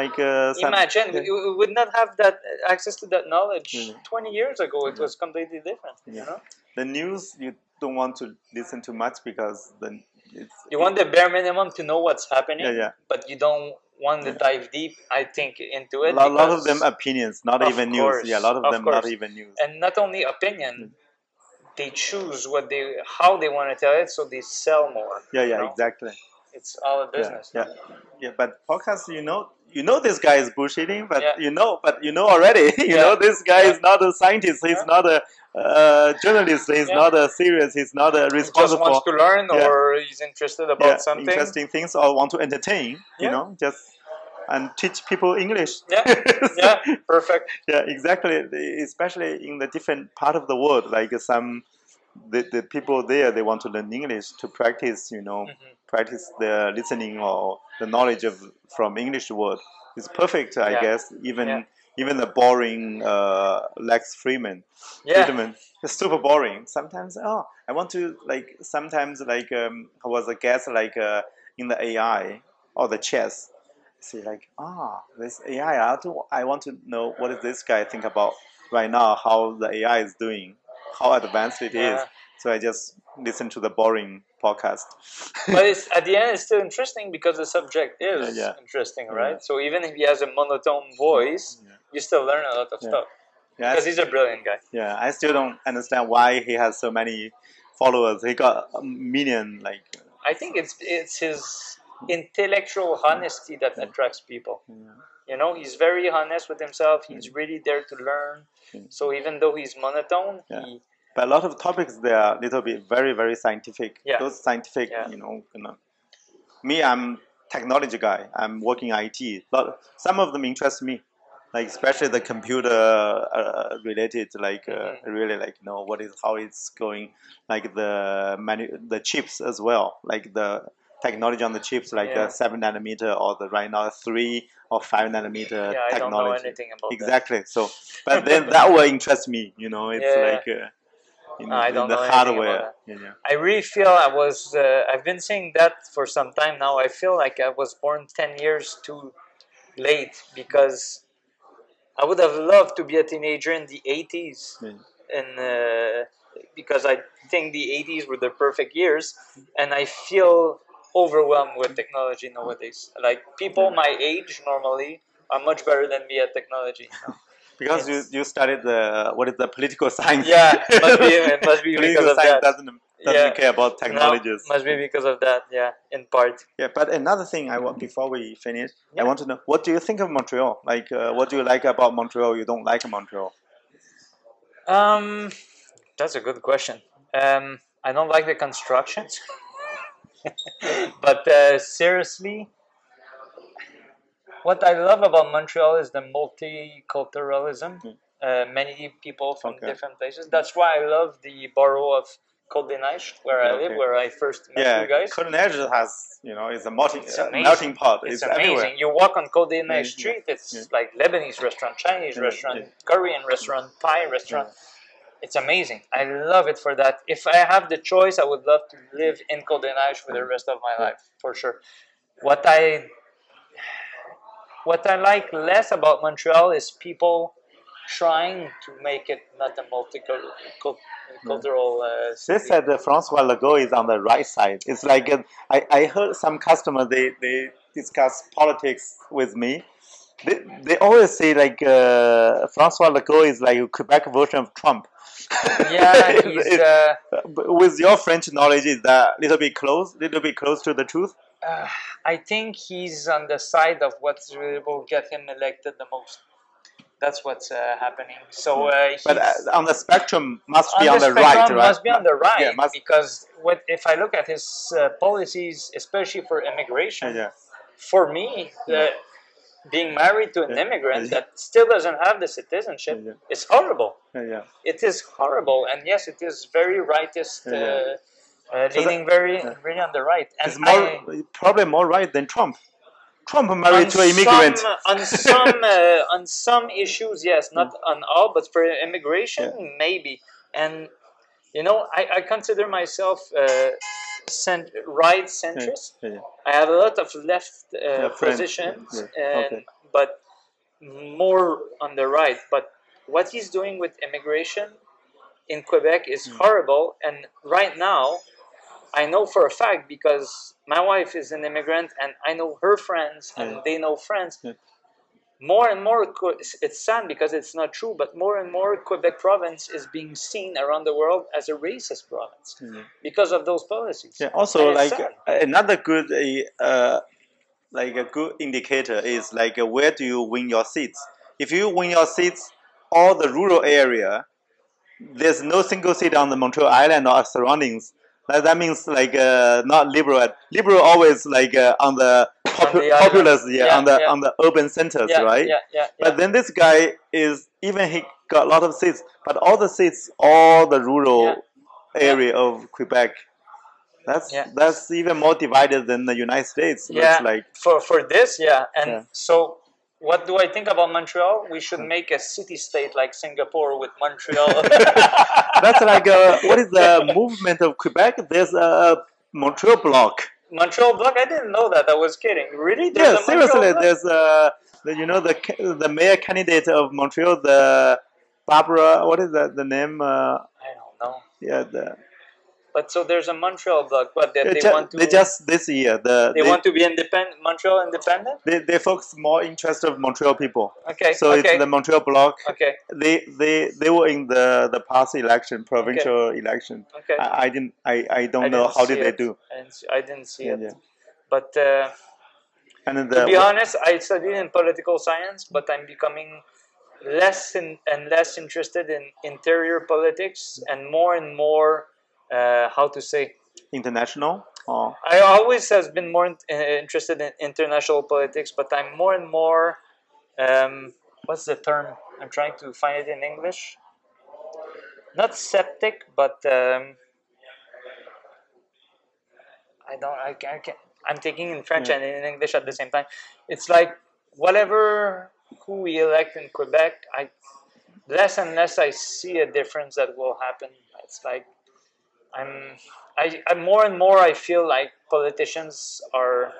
Speaker 2: like uh, some,
Speaker 1: Imagine
Speaker 2: yeah.
Speaker 1: we, we would not have that uh, access to that knowledge
Speaker 2: Mhm.
Speaker 1: 20 years ago. It
Speaker 2: Mhm.
Speaker 1: was completely different.
Speaker 2: Yeah.
Speaker 1: You know,
Speaker 2: the news you don't want to listen too much because then it's
Speaker 1: you want the bare minimum to know what's happening.
Speaker 2: yeah yeah
Speaker 1: but you don't want to
Speaker 2: Yeah.
Speaker 1: dive deep i think into
Speaker 2: a
Speaker 1: it
Speaker 2: lot, lot of them
Speaker 1: because-
Speaker 2: opinions, not
Speaker 1: Of
Speaker 2: even
Speaker 1: course,
Speaker 2: news. Yeah, a lot of,
Speaker 1: of
Speaker 2: them not
Speaker 1: course.
Speaker 2: even news.
Speaker 1: and not only opinion
Speaker 2: Mm.
Speaker 1: they choose what they how they want to tell it so they sell more
Speaker 2: Yeah,
Speaker 1: you
Speaker 2: yeah,
Speaker 1: know?
Speaker 2: exactly.
Speaker 1: it's all a
Speaker 2: Yeah,
Speaker 1: business
Speaker 2: Yeah, yeah, But podcast, you know, you know this guy is bullshitting, but
Speaker 1: Yeah.
Speaker 2: you know, but you know already. You
Speaker 1: Yeah.
Speaker 2: know this guy
Speaker 1: Yeah.
Speaker 2: is not a scientist. He's
Speaker 1: Yeah.
Speaker 2: not a uh, journalist. He's
Speaker 1: Yeah.
Speaker 2: not a serious. He's not a
Speaker 1: he just
Speaker 2: responsible.
Speaker 1: wants to learn
Speaker 2: Yeah.
Speaker 1: or he's interested about
Speaker 2: yeah,
Speaker 1: something
Speaker 2: interesting things or want to entertain.
Speaker 1: Yeah.
Speaker 2: You know, just and teach people English.
Speaker 1: Yeah. yeah, perfect.
Speaker 2: Yeah, exactly. They- Especially in the different part of the world, like some the, the people there, they want to learn English to practice, you know,
Speaker 1: Mm-hmm.
Speaker 2: practice their listening or the knowledge of from English word. It's perfect, I
Speaker 1: Yeah.
Speaker 2: guess. Even
Speaker 1: Yeah.
Speaker 2: even the boring uh, Lex Freeman.
Speaker 1: Yeah,
Speaker 2: Friedman. It's super boring. Sometimes, oh, I want to like. Sometimes, like, um, I was a guest like uh, in the AI or the chess. See, like, ah, this AI. I, do, I want to know what does this guy think about right now? How the AI is doing? How advanced it is?
Speaker 1: Yeah.
Speaker 2: So I just listen to the boring podcast.
Speaker 1: but it's at the end it's still interesting because the subject is
Speaker 2: Yeah.
Speaker 1: interesting,
Speaker 2: Yeah.
Speaker 1: right? So even if he has a monotone voice,
Speaker 2: Yeah.
Speaker 1: you still learn a lot of
Speaker 2: Yeah.
Speaker 1: stuff
Speaker 2: Yeah,
Speaker 1: because
Speaker 2: I,
Speaker 1: he's a brilliant guy.
Speaker 2: yeah. I still don't understand why he has so many followers. He got a million, like,
Speaker 1: I think it's it's his intellectual honesty that attracts people.
Speaker 2: yeah.
Speaker 1: You know, he's very honest with himself. He's really there to learn.
Speaker 2: Mm.
Speaker 1: So even though he's monotone,
Speaker 2: Yeah.
Speaker 1: he
Speaker 2: But a lot of topics they are little bit very very scientific.
Speaker 1: Yeah.
Speaker 2: Those scientific,
Speaker 1: Yeah.
Speaker 2: you know, you know. Me, I'm technology guy. I'm working IT. But some of them interest me, like especially the computer uh, related. Like uh,
Speaker 1: Mhm.
Speaker 2: really like you know what is how it's going. Like the manu- the chips as well. Like the technology on the chips, like
Speaker 1: Yeah.
Speaker 2: the seven nanometer or the right now three or five nanometer
Speaker 1: yeah, I don't know
Speaker 2: Uh, technology.
Speaker 1: anything about that.
Speaker 2: Exactly. So, but then that will interest me. You know, it's
Speaker 1: Yeah.
Speaker 2: like uh, in,
Speaker 1: I
Speaker 2: in
Speaker 1: don't
Speaker 2: the
Speaker 1: know anything
Speaker 2: hardware.
Speaker 1: about
Speaker 2: Yeah, yeah.
Speaker 1: I really feel I was. Uh, I've been saying that for some time now. I feel like I was born ten years too late because I would have loved to be a teenager in the eighties,
Speaker 2: Yeah.
Speaker 1: and uh, because I think the eighties were the perfect years, and I feel overwhelmed with technology nowadays. Like people
Speaker 2: Yeah.
Speaker 1: my age normally are much better than me at technology.
Speaker 2: Because you,
Speaker 1: It's-
Speaker 2: you studied the what is the political science?
Speaker 1: Yeah, it must be- it must be
Speaker 2: political
Speaker 1: because of
Speaker 2: science
Speaker 1: that.
Speaker 2: doesn't doesn't
Speaker 1: Yeah.
Speaker 2: care about
Speaker 1: No,
Speaker 2: technologies.
Speaker 1: must be because of that. Yeah, in part.
Speaker 2: Yeah, but another thing I want before we finish,
Speaker 1: Yeah.
Speaker 2: I want to know what do you think of Montreal? Like, uh, what do you like about Montreal? You don't like Montreal?
Speaker 1: Um, that's a good question. Um, I don't like the constructions, but uh, seriously, what I love about Montreal is the multiculturalism. Uh, many people from
Speaker 2: Hmm. Okay.
Speaker 1: different places. That's why I love the borough of Côte des Neiges, where I
Speaker 2: Okay,
Speaker 1: live,
Speaker 2: okay.
Speaker 1: where I first met
Speaker 2: yeah,
Speaker 1: you guys.
Speaker 2: Côte d'Azur has you know it's a melting
Speaker 1: It's
Speaker 2: uh,
Speaker 1: amazing.
Speaker 2: melting pot. It's,
Speaker 1: It's, amazing.
Speaker 2: everywhere.
Speaker 1: You walk on Côte des Neiges
Speaker 2: Yeah,
Speaker 1: street, it's
Speaker 2: yeah.
Speaker 1: like Lebanese restaurant, Chinese
Speaker 2: Yeah,
Speaker 1: restaurant,
Speaker 2: yeah.
Speaker 1: Korean restaurant, Thai restaurant. It's amazing. I love it for that. If I have the choice, I would love to live in Côte des Neiges for the rest of my life, for sure. What I what I like less about Montreal is people trying to make it not a multicultural uh,
Speaker 2: They
Speaker 1: city.
Speaker 2: said that Francois Legault is on the right side. It's like uh, I, I heard some customers they, they discuss politics with me. They, they always say like uh, Francois Legault is like a Quebec version of Trump.
Speaker 1: yeah,
Speaker 2: It's-
Speaker 1: he's.
Speaker 2: it's-
Speaker 1: Uh,
Speaker 2: but with your French knowledge, is that little bit close, little bit close to the truth?
Speaker 1: Uh, I think he's on the side of what will get him elected the most. That's what's uh, happening. So uh, he's
Speaker 2: But uh, on the spectrum, must
Speaker 1: on
Speaker 2: be on the, right, right?
Speaker 1: spectrum, must be on the right
Speaker 2: Yeah, must-
Speaker 1: because what if I look at his uh, policies, especially for immigration,
Speaker 2: yeah.
Speaker 1: for me, uh, being married to an
Speaker 2: Yeah.
Speaker 1: immigrant
Speaker 2: Yeah.
Speaker 1: that still doesn't have the citizenship
Speaker 2: Yeah.
Speaker 1: is horrible.
Speaker 2: yeah, yeah.
Speaker 1: It is horrible, and yes, it is very rightist,
Speaker 2: Yeah.
Speaker 1: uh, uh,
Speaker 2: So
Speaker 1: leaning very,
Speaker 2: yeah.
Speaker 1: really on the right. And
Speaker 2: It's more probably more right than Trump. Trump married to an immigrant.
Speaker 1: Some, on some uh, on some issues, yes, not on all, but for immigration, maybe. And you know, I, I consider myself uh, cent- right
Speaker 2: Yeah,
Speaker 1: centrist.
Speaker 2: yeah, yeah.
Speaker 1: I have a lot of left uh,
Speaker 2: friend.
Speaker 1: positions,
Speaker 2: Yeah, yeah.
Speaker 1: and,
Speaker 2: Okay.
Speaker 1: but more on the right. But what he's doing with immigration in Quebec is
Speaker 2: Hmm.
Speaker 1: horrible. And right now, I know for a fact because my wife is an immigrant, and I know her friends, and
Speaker 2: Yeah.
Speaker 1: they know friends.
Speaker 2: Yeah.
Speaker 1: More and more, Que- it's sad because it's not true, but more and more Quebec province is being seen around the world as a racist province
Speaker 2: Yeah.
Speaker 1: because of those policies.
Speaker 2: Hmm. Yeah. Also,
Speaker 1: And
Speaker 2: like
Speaker 1: it's sad.
Speaker 2: another good, uh, uh, like a good indicator is like uh, where do you win your seats? If you win your seats, all the rural area, there's no single seat on the Montreal Island or surroundings. That, that means like uh, not liberal. Liberal always like uh, on the
Speaker 1: on the
Speaker 2: popu-
Speaker 1: island.
Speaker 2: populous yeah,
Speaker 1: Yeah,
Speaker 2: on the
Speaker 1: yeah.
Speaker 2: on the urban centers
Speaker 1: yeah,
Speaker 2: right
Speaker 1: Yeah, yeah, yeah.
Speaker 2: but then this guy is even he got a lot of seats but all the seats all the rural
Speaker 1: Yeah.
Speaker 2: area of quebec that's
Speaker 1: Yeah.
Speaker 2: that's even more divided than the united states
Speaker 1: yeah.
Speaker 2: looks like
Speaker 1: for for this, yeah. And
Speaker 2: Yeah.
Speaker 1: so, what do I think about Montreal? We should make a city state like Singapore with Montreal.
Speaker 2: that's like uh what is the movement of quebec there's a montreal block
Speaker 1: Montreal block. I didn't know that. I was kidding. Really? There's
Speaker 2: yeah
Speaker 1: a Montreal
Speaker 2: seriously
Speaker 1: block?
Speaker 2: there's uh the, you know the ca- the mayor candidate of montreal the barbara what is that the name uh
Speaker 1: I don't know.
Speaker 2: yeah the
Speaker 1: But so there's a Montreal block, but they,
Speaker 2: they,
Speaker 1: they
Speaker 2: ju-
Speaker 1: want to
Speaker 2: they just this year the
Speaker 1: they, want to be independent. Montreal independent.
Speaker 2: they, they focus more interest of Montreal people.
Speaker 1: Okay.
Speaker 2: So
Speaker 1: okay.
Speaker 2: it's the Montreal bloc.
Speaker 1: okay.
Speaker 2: They they they were in the the past election, provincial election.
Speaker 1: Okay.
Speaker 2: I, I didn't I, I don't
Speaker 1: I
Speaker 2: know
Speaker 1: didn't
Speaker 2: how did
Speaker 1: see
Speaker 2: they
Speaker 1: it.
Speaker 2: do.
Speaker 1: I didn't see, I didn't see
Speaker 2: Yeah,
Speaker 1: it.
Speaker 2: yeah.
Speaker 1: But uh,
Speaker 2: And then
Speaker 1: to be
Speaker 2: the
Speaker 1: honest, I studied in political science, but I'm becoming less in, and less interested in interior politics and more and more, uh, how to say,
Speaker 2: international. Oh,
Speaker 1: I always has been more in, uh, interested in international politics, but I'm more and more, um, what's the term? I'm trying to find it in English. Not septic, but um, I don't. I can't. I can't I'm taking in French
Speaker 2: Yeah.
Speaker 1: and in English at the same time. It's like whatever who we elect in Quebec, I less and less I see a difference that will happen. It's like I'm, I, I more and more I feel like politicians are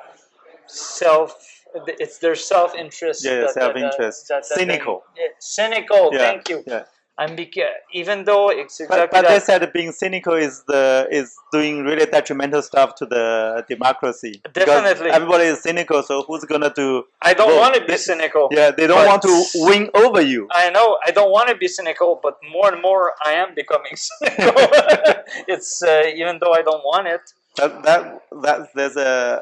Speaker 1: self. It's their self interest.
Speaker 2: Yeah, yeah, self-interest. Cynical.
Speaker 1: cynical.
Speaker 2: yeah,
Speaker 1: Thank you.
Speaker 2: Yeah.
Speaker 1: I'm beca- even though it's exactly
Speaker 2: But, but they
Speaker 1: that,
Speaker 2: said being cynical is the is doing really detrimental stuff to the democracy. Because
Speaker 1: Definitely.
Speaker 2: everybody is cynical. So who's gonna do?
Speaker 1: I don't
Speaker 2: vote?
Speaker 1: want to be
Speaker 2: They-
Speaker 1: cynical.
Speaker 2: Yeah, they don't
Speaker 1: But-
Speaker 2: want to win over you.
Speaker 1: I know I don't want to be cynical, but more and more I am becoming cynical. it's uh, even though I don't want it.
Speaker 2: that that that there's a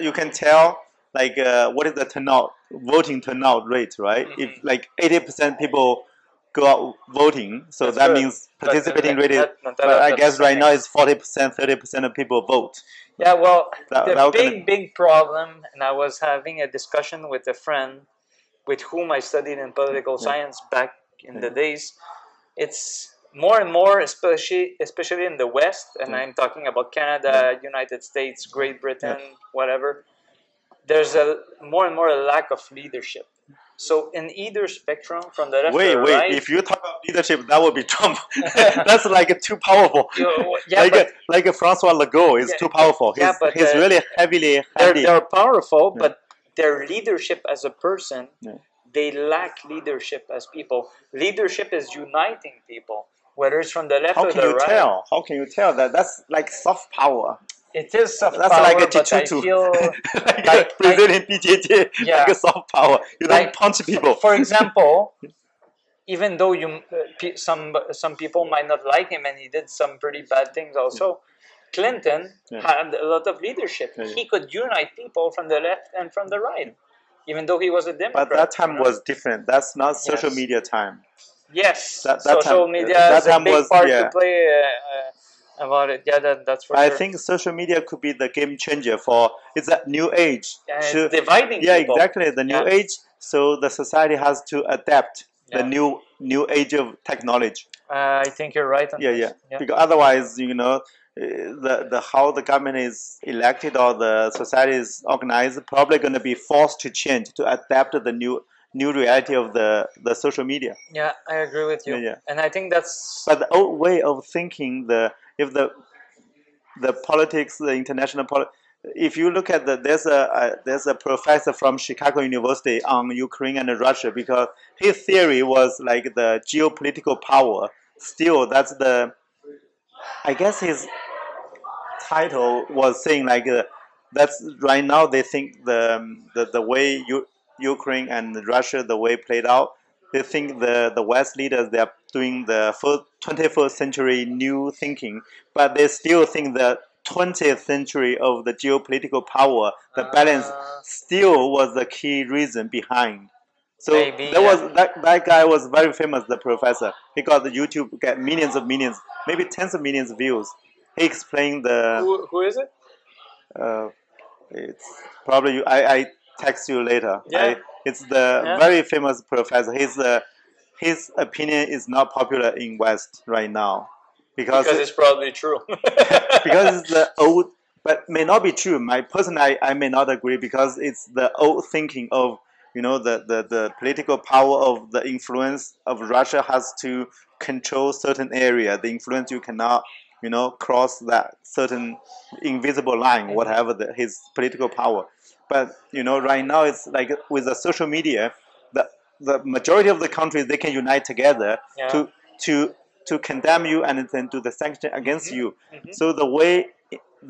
Speaker 2: you can tell like uh, what is the turnout voting turnout rate right if
Speaker 1: Mm-hmm.
Speaker 2: like 80% people go out voting so
Speaker 1: That's
Speaker 2: that
Speaker 1: good.
Speaker 2: means
Speaker 1: But, uh,
Speaker 2: participating
Speaker 1: that-
Speaker 2: rate is
Speaker 1: that- that-
Speaker 2: but i
Speaker 1: that's
Speaker 2: guess right
Speaker 1: something.
Speaker 2: now it's 40% 30% of people vote
Speaker 1: Yeah, well,
Speaker 2: That-
Speaker 1: the
Speaker 2: that was
Speaker 1: big,
Speaker 2: gonna-
Speaker 1: big problem, and I was having a discussion with a friend with whom I studied in political science back in the days. It's more and more, especially especially in the West, and
Speaker 2: Yeah.
Speaker 1: I'm talking about Canada, United States, Great Britain, whatever. There's a more and more a lack of leadership. So in either spectrum, from the left
Speaker 2: wait
Speaker 1: or
Speaker 2: wait
Speaker 1: right,
Speaker 2: if you talk about leadership that would be trump that's like too powerful
Speaker 1: you- yeah,
Speaker 2: like
Speaker 1: but
Speaker 2: like francois legault is
Speaker 1: Yeah,
Speaker 2: too powerful he's,
Speaker 1: yeah, but,
Speaker 2: he's
Speaker 1: uh,
Speaker 2: really heavily
Speaker 1: they're,
Speaker 2: handy.
Speaker 1: they're powerful,
Speaker 2: Yeah.
Speaker 1: but their leadership as a person,
Speaker 2: Yeah.
Speaker 1: they lack leadership as people. Leadership is uniting people, whether it's from the left
Speaker 2: how
Speaker 1: or
Speaker 2: can
Speaker 1: the
Speaker 2: you
Speaker 1: right.
Speaker 2: tell how can you tell that that's like soft power
Speaker 1: It is soft
Speaker 2: That's
Speaker 1: power,
Speaker 2: like a
Speaker 1: but I
Speaker 2: Chichutu.
Speaker 1: feel,
Speaker 2: like,
Speaker 1: Like-
Speaker 2: a Brazilian PJJ,
Speaker 1: Yeah.
Speaker 2: like a soft power. You don't
Speaker 1: Like-
Speaker 2: punch people.
Speaker 1: for example, even though you uh, pe- some some people might not like him, and he did some pretty bad things also. Clinton
Speaker 2: Yeah.
Speaker 1: had a lot of leadership.
Speaker 2: Yeah, yeah.
Speaker 1: He could unite people from the left and from the right, even though he was a Democrat.
Speaker 2: but that time
Speaker 1: you know?
Speaker 2: was different. That's not social
Speaker 1: Yes.
Speaker 2: media time.
Speaker 1: Yes,
Speaker 2: That- that
Speaker 1: social
Speaker 2: time-
Speaker 1: media
Speaker 2: that
Speaker 1: has a
Speaker 2: time
Speaker 1: big
Speaker 2: was-
Speaker 1: part
Speaker 2: yeah.
Speaker 1: to play uh, uh, about it. Yeah, that, that's for
Speaker 2: I
Speaker 1: sure.
Speaker 2: think social media could be the game changer for it's a new age.
Speaker 1: And it's
Speaker 2: to-
Speaker 1: dividing
Speaker 2: yeah,
Speaker 1: people.
Speaker 2: exactly. The new
Speaker 1: Yeah.
Speaker 2: age. So the society has to adapt the
Speaker 1: Yeah.
Speaker 2: new new age of technology.
Speaker 1: Uh, I think you're right on
Speaker 2: yeah, yeah.
Speaker 1: this. Yeah.
Speaker 2: Because otherwise, you know, eh, the the how the government is elected or the society is organized probably going to be forced to change to adapt to the new new reality of the the social media.
Speaker 1: Yeah, I agree with you.
Speaker 2: Yeah, yeah.
Speaker 1: And I think that's
Speaker 2: But the old way of thinking, the if the the politics, the international politics. If you look at the there's a, a there's a professor from Chicago University on Ukraine and Russia because his theory was like the geopolitical power. Still, that's the I guess his title was saying like uh, that's right now they think the um, the, the way U- Ukraine and Russia the way played out they think the the West leaders they are doing the first 21st century new thinking but they still think the 20th century of the geopolitical power the balance
Speaker 1: Uh.
Speaker 2: still was the key reason behind so
Speaker 1: Maybe,
Speaker 2: there
Speaker 1: yeah.
Speaker 2: was that, that guy was very famous the professor he got the YouTube get millions of millions maybe uh, tens of millions of views he explained the
Speaker 1: who, who is it?
Speaker 2: uh, eh, It's probably you, I, I text you later.
Speaker 1: Yeah.
Speaker 2: I, it's the
Speaker 1: Yeah.
Speaker 2: very famous professor. His uh, his opinion is not popular in West right now because
Speaker 1: because it's probably true.
Speaker 2: because it's the old but may not be true my personally I, I may not agree because it's the old thinking of you know the, the, the political power of the influence of russia has to control certain area the influence you cannot you know cross that certain invisible line whatever the, his political power but you know right now it's like with the social media the, the majority of the countries they can unite together
Speaker 1: Yeah.
Speaker 2: to to to condemn you and then do the sanction against
Speaker 1: Mhm.
Speaker 2: you.
Speaker 1: Mhm.
Speaker 2: So the way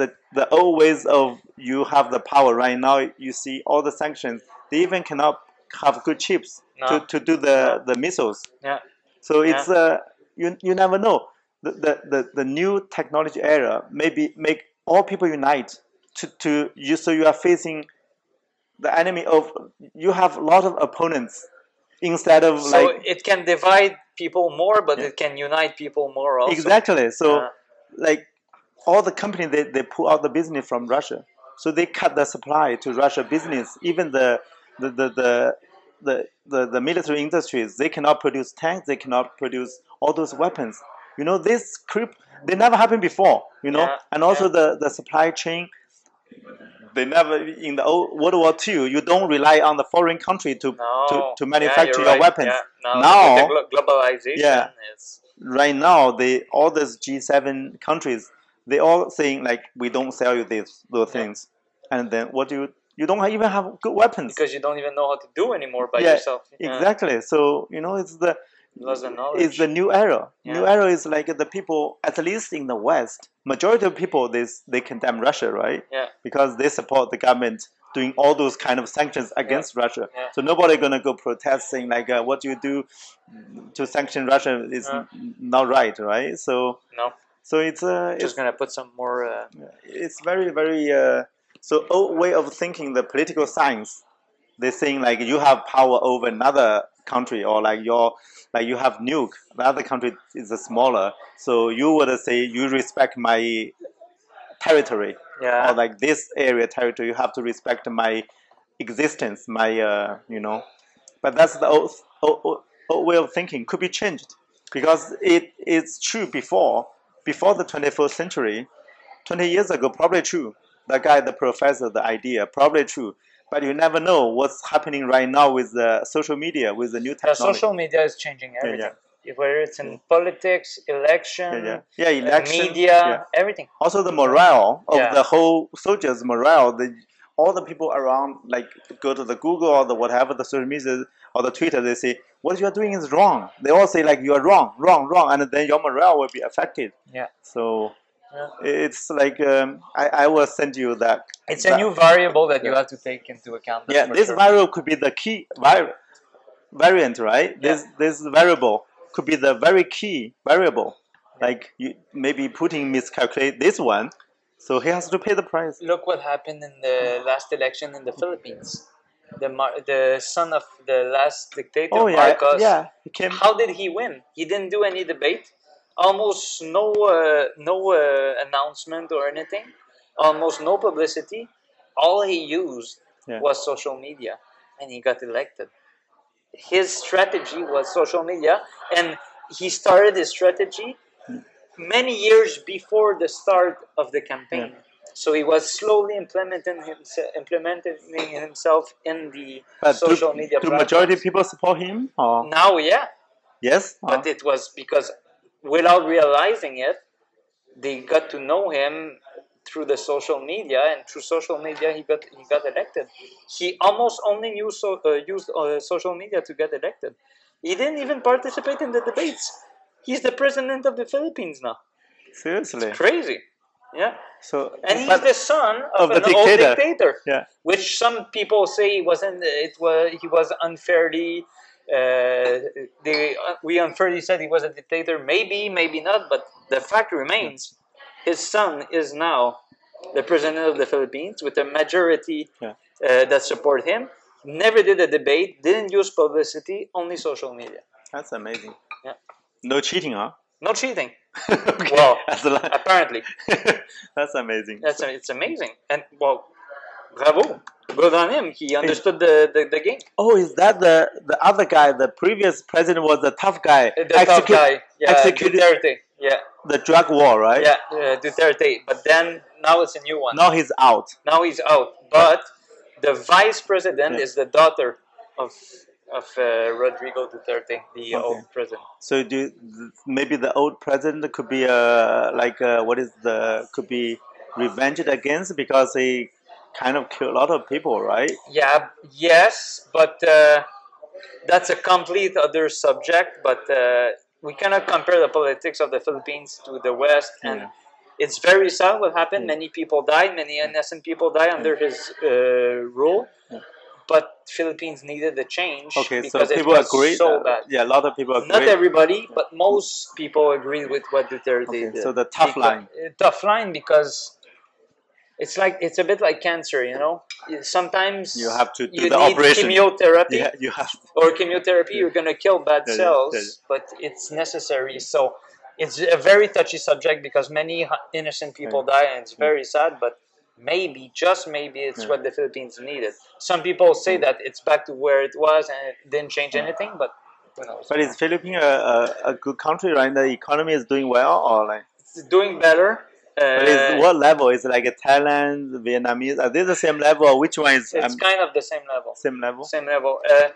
Speaker 2: the the old ways of you have the power right now, you see all the sanctions. They even cannot have good chips
Speaker 1: No.
Speaker 2: to, to do the the missiles.
Speaker 1: Yeah.
Speaker 2: So it's uh you you never know. The the, the, the new technology era maybe make all people unite to, to you so you are facing the enemy of you have a lot of opponents instead of
Speaker 1: so
Speaker 2: like
Speaker 1: it can divide people more, but
Speaker 2: Yeah.
Speaker 1: it can unite people more also.
Speaker 2: exactly so
Speaker 1: Yeah.
Speaker 2: like all the company they, they pull out the business from russia so they cut the supply to russia business even the the the the, the, the, the military industries they cannot produce tanks they cannot produce all those weapons you know this creep they never happened before you know
Speaker 1: Yeah,
Speaker 2: and also
Speaker 1: yeah.
Speaker 2: the the supply chain they never in the old world war ii you don't rely on the foreign country to
Speaker 1: No.
Speaker 2: to, to
Speaker 1: Yeah,
Speaker 2: manufacture
Speaker 1: you're
Speaker 2: your
Speaker 1: right.
Speaker 2: weapons
Speaker 1: Yeah. Now,
Speaker 2: Now-
Speaker 1: with the glo- globalization
Speaker 2: Yeah.
Speaker 1: is
Speaker 2: right now they all these G7 countries they all saying like we don't sell you these those
Speaker 1: Yeah.
Speaker 2: things and then what do you you don't even have good weapons
Speaker 1: because you don't even know how to do anymore by
Speaker 2: Yeah,
Speaker 1: yourself. Yeah.
Speaker 2: exactly so you know it's the
Speaker 1: You lost the knowledge.
Speaker 2: it's the new era new
Speaker 1: Yeah.
Speaker 2: era is like the people at least in the west majority of people they s- they condemn Russia right
Speaker 1: Yeah.
Speaker 2: because they support the government doing all those kind of sanctions against Russia
Speaker 1: Yeah.
Speaker 2: so nobody gonna go protest saying like uh, what you do to sanction Russia is
Speaker 1: Yeah.
Speaker 2: n- not right right so
Speaker 1: No.
Speaker 2: so it's uh, it's
Speaker 1: Just gonna put some more. Uh,
Speaker 2: it's very very uh, so old way of thinking the political science they're saying like you have power over another country or like your like you have nuke the other country is smaller so you would say you respect my territory
Speaker 1: yeah.
Speaker 2: or like this area territory you have to respect my existence my uh, you know but that's the old, old, old- old way of thinking could be changed because it it's true before before the 21st century 20 years ago probably true the guy the professor the idea probably true but you never know what's happening right now with the social media with the new
Speaker 1: Now,
Speaker 2: technology
Speaker 1: social media is changing
Speaker 2: yeah.
Speaker 1: everything. Whether it's in politics, election,
Speaker 2: yeah, yeah.
Speaker 1: uh,
Speaker 2: yeah election
Speaker 1: media,
Speaker 2: yeah.
Speaker 1: everything.
Speaker 2: also the morale of
Speaker 1: Yeah.
Speaker 2: the whole soldiers morale the all the people around like go to the google or the whatever the social media or the twitter they say what you are doing is wrong they all say like you are wrong wrong wrong and then your morale will be affected
Speaker 1: Yeah.
Speaker 2: so
Speaker 1: Yeah.
Speaker 2: it's like um, I, I will send you that
Speaker 1: It's a
Speaker 2: that-
Speaker 1: new variable that you
Speaker 2: Yeah.
Speaker 1: have to take into account. that's
Speaker 2: yeah
Speaker 1: for
Speaker 2: this
Speaker 1: sure.
Speaker 2: variable could be the key var- variant right
Speaker 1: Yeah.
Speaker 2: this this variable could be the very key variable like you maybe putin miscalculate this one so he has to pay the price
Speaker 1: Look what happened in the last election in the Philippines. The Mar- the son of the last dictator
Speaker 2: oh yeah
Speaker 1: Marcos.
Speaker 2: yeah he came
Speaker 1: How did he win? He didn't do any debate. Almost no uh, no uh, announcement or anything. Almost no publicity. All he used
Speaker 2: Yeah.
Speaker 1: was social media, and he got elected. His strategy was social media, and he started his strategy many years before the start of the campaign. So he was slowly implementing himself, implementing himself in the
Speaker 2: but do,
Speaker 1: social media.
Speaker 2: do majority
Speaker 1: platforms.
Speaker 2: people support him or
Speaker 1: now, yeah,
Speaker 2: yes Oh, or-
Speaker 1: but it was because without realizing it they got to know him through the social media and through social media he got he got elected he almost only used, so, uh, used uh, social media to get elected he didn't even participate in the debates he's the president of the philippines now
Speaker 2: seriously
Speaker 1: crazy yeah
Speaker 2: so
Speaker 1: and he's
Speaker 2: but-
Speaker 1: the son of,
Speaker 2: of the
Speaker 1: an old
Speaker 2: dictator.
Speaker 1: dictator
Speaker 2: yeah
Speaker 1: which some people say wasn't it was he was unfairly uh, they we unfairly said he was a dictator maybe maybe not but the fact remains his son is now the president of the philippines with a majority
Speaker 2: Yeah.
Speaker 1: uh, that support him never did a debate didn't use publicity only social media
Speaker 2: that's amazing
Speaker 1: Yeah.
Speaker 2: no cheating huh
Speaker 1: no cheating
Speaker 2: okay.
Speaker 1: Well,
Speaker 2: that's, a lot.
Speaker 1: apparently
Speaker 2: that's amazing
Speaker 1: that's it's amazing and well Bravo. Good on him. He understood the, the, the game.
Speaker 2: Oh, is that the the other guy? The previous president was the tough guy.
Speaker 1: The tough guy. Yeah,
Speaker 2: executed
Speaker 1: Duterte. Yeah,
Speaker 2: the drug war, right?
Speaker 1: yeah, uh, Duterte. But then now it's a new one.
Speaker 2: Now he's out.
Speaker 1: Now he's out. But the vice president
Speaker 2: Yeah.
Speaker 1: is the daughter of of uh, Rodrigo Duterte, the
Speaker 2: Okay.
Speaker 1: old president.
Speaker 2: So do maybe the old president could be uh like uh, what is the could be revenged against because he kind of killed a lot of people, right?
Speaker 1: Yeah. Yes, but uh, that's a complete other subject. But uh, we cannot compare the politics of the Philippines to the West and.
Speaker 2: Yeah.
Speaker 1: It's very sad what happened.
Speaker 2: Yeah.
Speaker 1: Many people died. Many innocent people died under his uh, rule.
Speaker 2: Yeah.
Speaker 1: But Philippines needed a change
Speaker 2: Okay, so
Speaker 1: because it
Speaker 2: people
Speaker 1: was
Speaker 2: agree.
Speaker 1: so
Speaker 2: uh,
Speaker 1: bad.
Speaker 2: yeah, a lot of people agree.
Speaker 1: Not everybody, but most people agree with what Duterte
Speaker 2: Okay,
Speaker 1: did.
Speaker 2: so the tough
Speaker 1: Because-
Speaker 2: line.
Speaker 1: uh, Tough line because it's like it's a bit like cancer, you know. You- Sometimes
Speaker 2: You have to do
Speaker 1: you
Speaker 2: the
Speaker 1: need
Speaker 2: operation.
Speaker 1: chemotherapy
Speaker 2: yeah, you have
Speaker 1: or chemotherapy. You're gonna kill bad
Speaker 2: Yeah, yeah,
Speaker 1: cells,
Speaker 2: yeah, yeah.
Speaker 1: but it's necessary. So it's a very touchy subject because many hu- innocent people die, and it's very sad. But maybe, just maybe, it's
Speaker 2: Yeah.
Speaker 1: what the Philippines needed. Some people say that it's back to where it was and it didn't change anything, but who knows?
Speaker 2: But is Philippines a, a, a good country, right? The economy is doing well, or like,
Speaker 1: It's doing better.
Speaker 2: but
Speaker 1: Uh,
Speaker 2: is what level? Is it like Thailand, Vietnamese? Are they the same level? Or which one is
Speaker 1: it's
Speaker 2: um,
Speaker 1: kind of the same level.
Speaker 2: same level?
Speaker 1: Same level. Uh,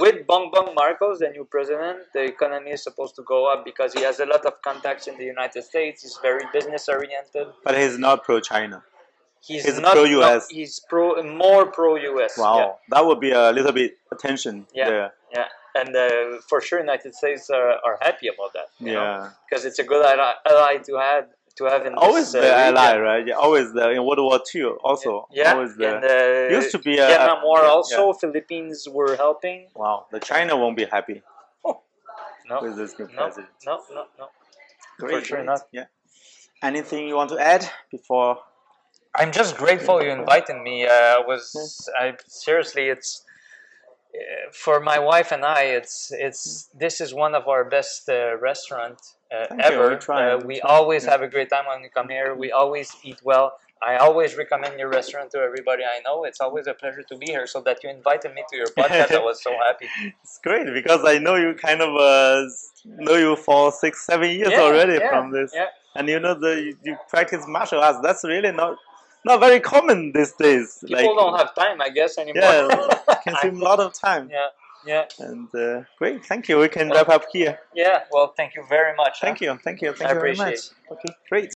Speaker 1: with Bongbong Marcos, the new president, the economy is supposed to go up because he has a lot of contacts in the United States. He's very business oriented.
Speaker 2: But he's not pro-China.
Speaker 1: He's,
Speaker 2: He's
Speaker 1: not
Speaker 2: pro-US.
Speaker 1: no, he's pro more pro US.
Speaker 2: Wow, that would be a little bit attention.
Speaker 1: Yeah.
Speaker 2: there.
Speaker 1: Yeah, yeah. and uh, for sure, United States are, are happy about that. you know,
Speaker 2: yeah.
Speaker 1: because it's a good ally, ally to have to have in
Speaker 2: Always
Speaker 1: this, uh,
Speaker 2: the ally,
Speaker 1: region.
Speaker 2: right? Yeah, always the in World War Two. Also,
Speaker 1: Yeah,
Speaker 2: always the.
Speaker 1: and uh,
Speaker 2: used to be a
Speaker 1: Vietnam War
Speaker 2: yeah,
Speaker 1: also.
Speaker 2: yeah.
Speaker 1: Philippines were helping.
Speaker 2: Wow, the China won't be happy
Speaker 1: No,
Speaker 2: with this new
Speaker 1: no,
Speaker 2: president.
Speaker 1: no, no, no.
Speaker 2: Great,
Speaker 1: sure
Speaker 2: great.
Speaker 1: not.
Speaker 2: Yeah. Anything you want to add before?
Speaker 1: I'm just grateful you invited me. Uh, I was I seriously, it's uh, for my wife and I. It's it's this is one of our best uh, restaurant uh,
Speaker 2: Thank you.
Speaker 1: ever.
Speaker 2: We try,
Speaker 1: uh,
Speaker 2: we
Speaker 1: we
Speaker 2: try.
Speaker 1: always
Speaker 2: Yeah.
Speaker 1: have a great time when we come here. We always eat well. I always recommend your restaurant to everybody I know. It's always a pleasure to be here. So that you invited me to your podcast, I was so happy.
Speaker 2: It's great because I know you kind of uh, know you for six, seven years
Speaker 1: Yeah,
Speaker 2: already
Speaker 1: yeah,
Speaker 2: from this,
Speaker 1: yeah.
Speaker 2: and you know the you, you practice martial arts. That's really not not very common these days.
Speaker 1: People don't have time, I guess, anymore.
Speaker 2: yeah, consume a lot of time.
Speaker 1: yeah, yeah,
Speaker 2: And uh, great, thank you. We can wrap up here.
Speaker 1: yeah. Well, thank you very much. huh?
Speaker 2: Thank you, thank you, thank
Speaker 1: I
Speaker 2: you very
Speaker 1: appreciate
Speaker 2: much. Okay, great.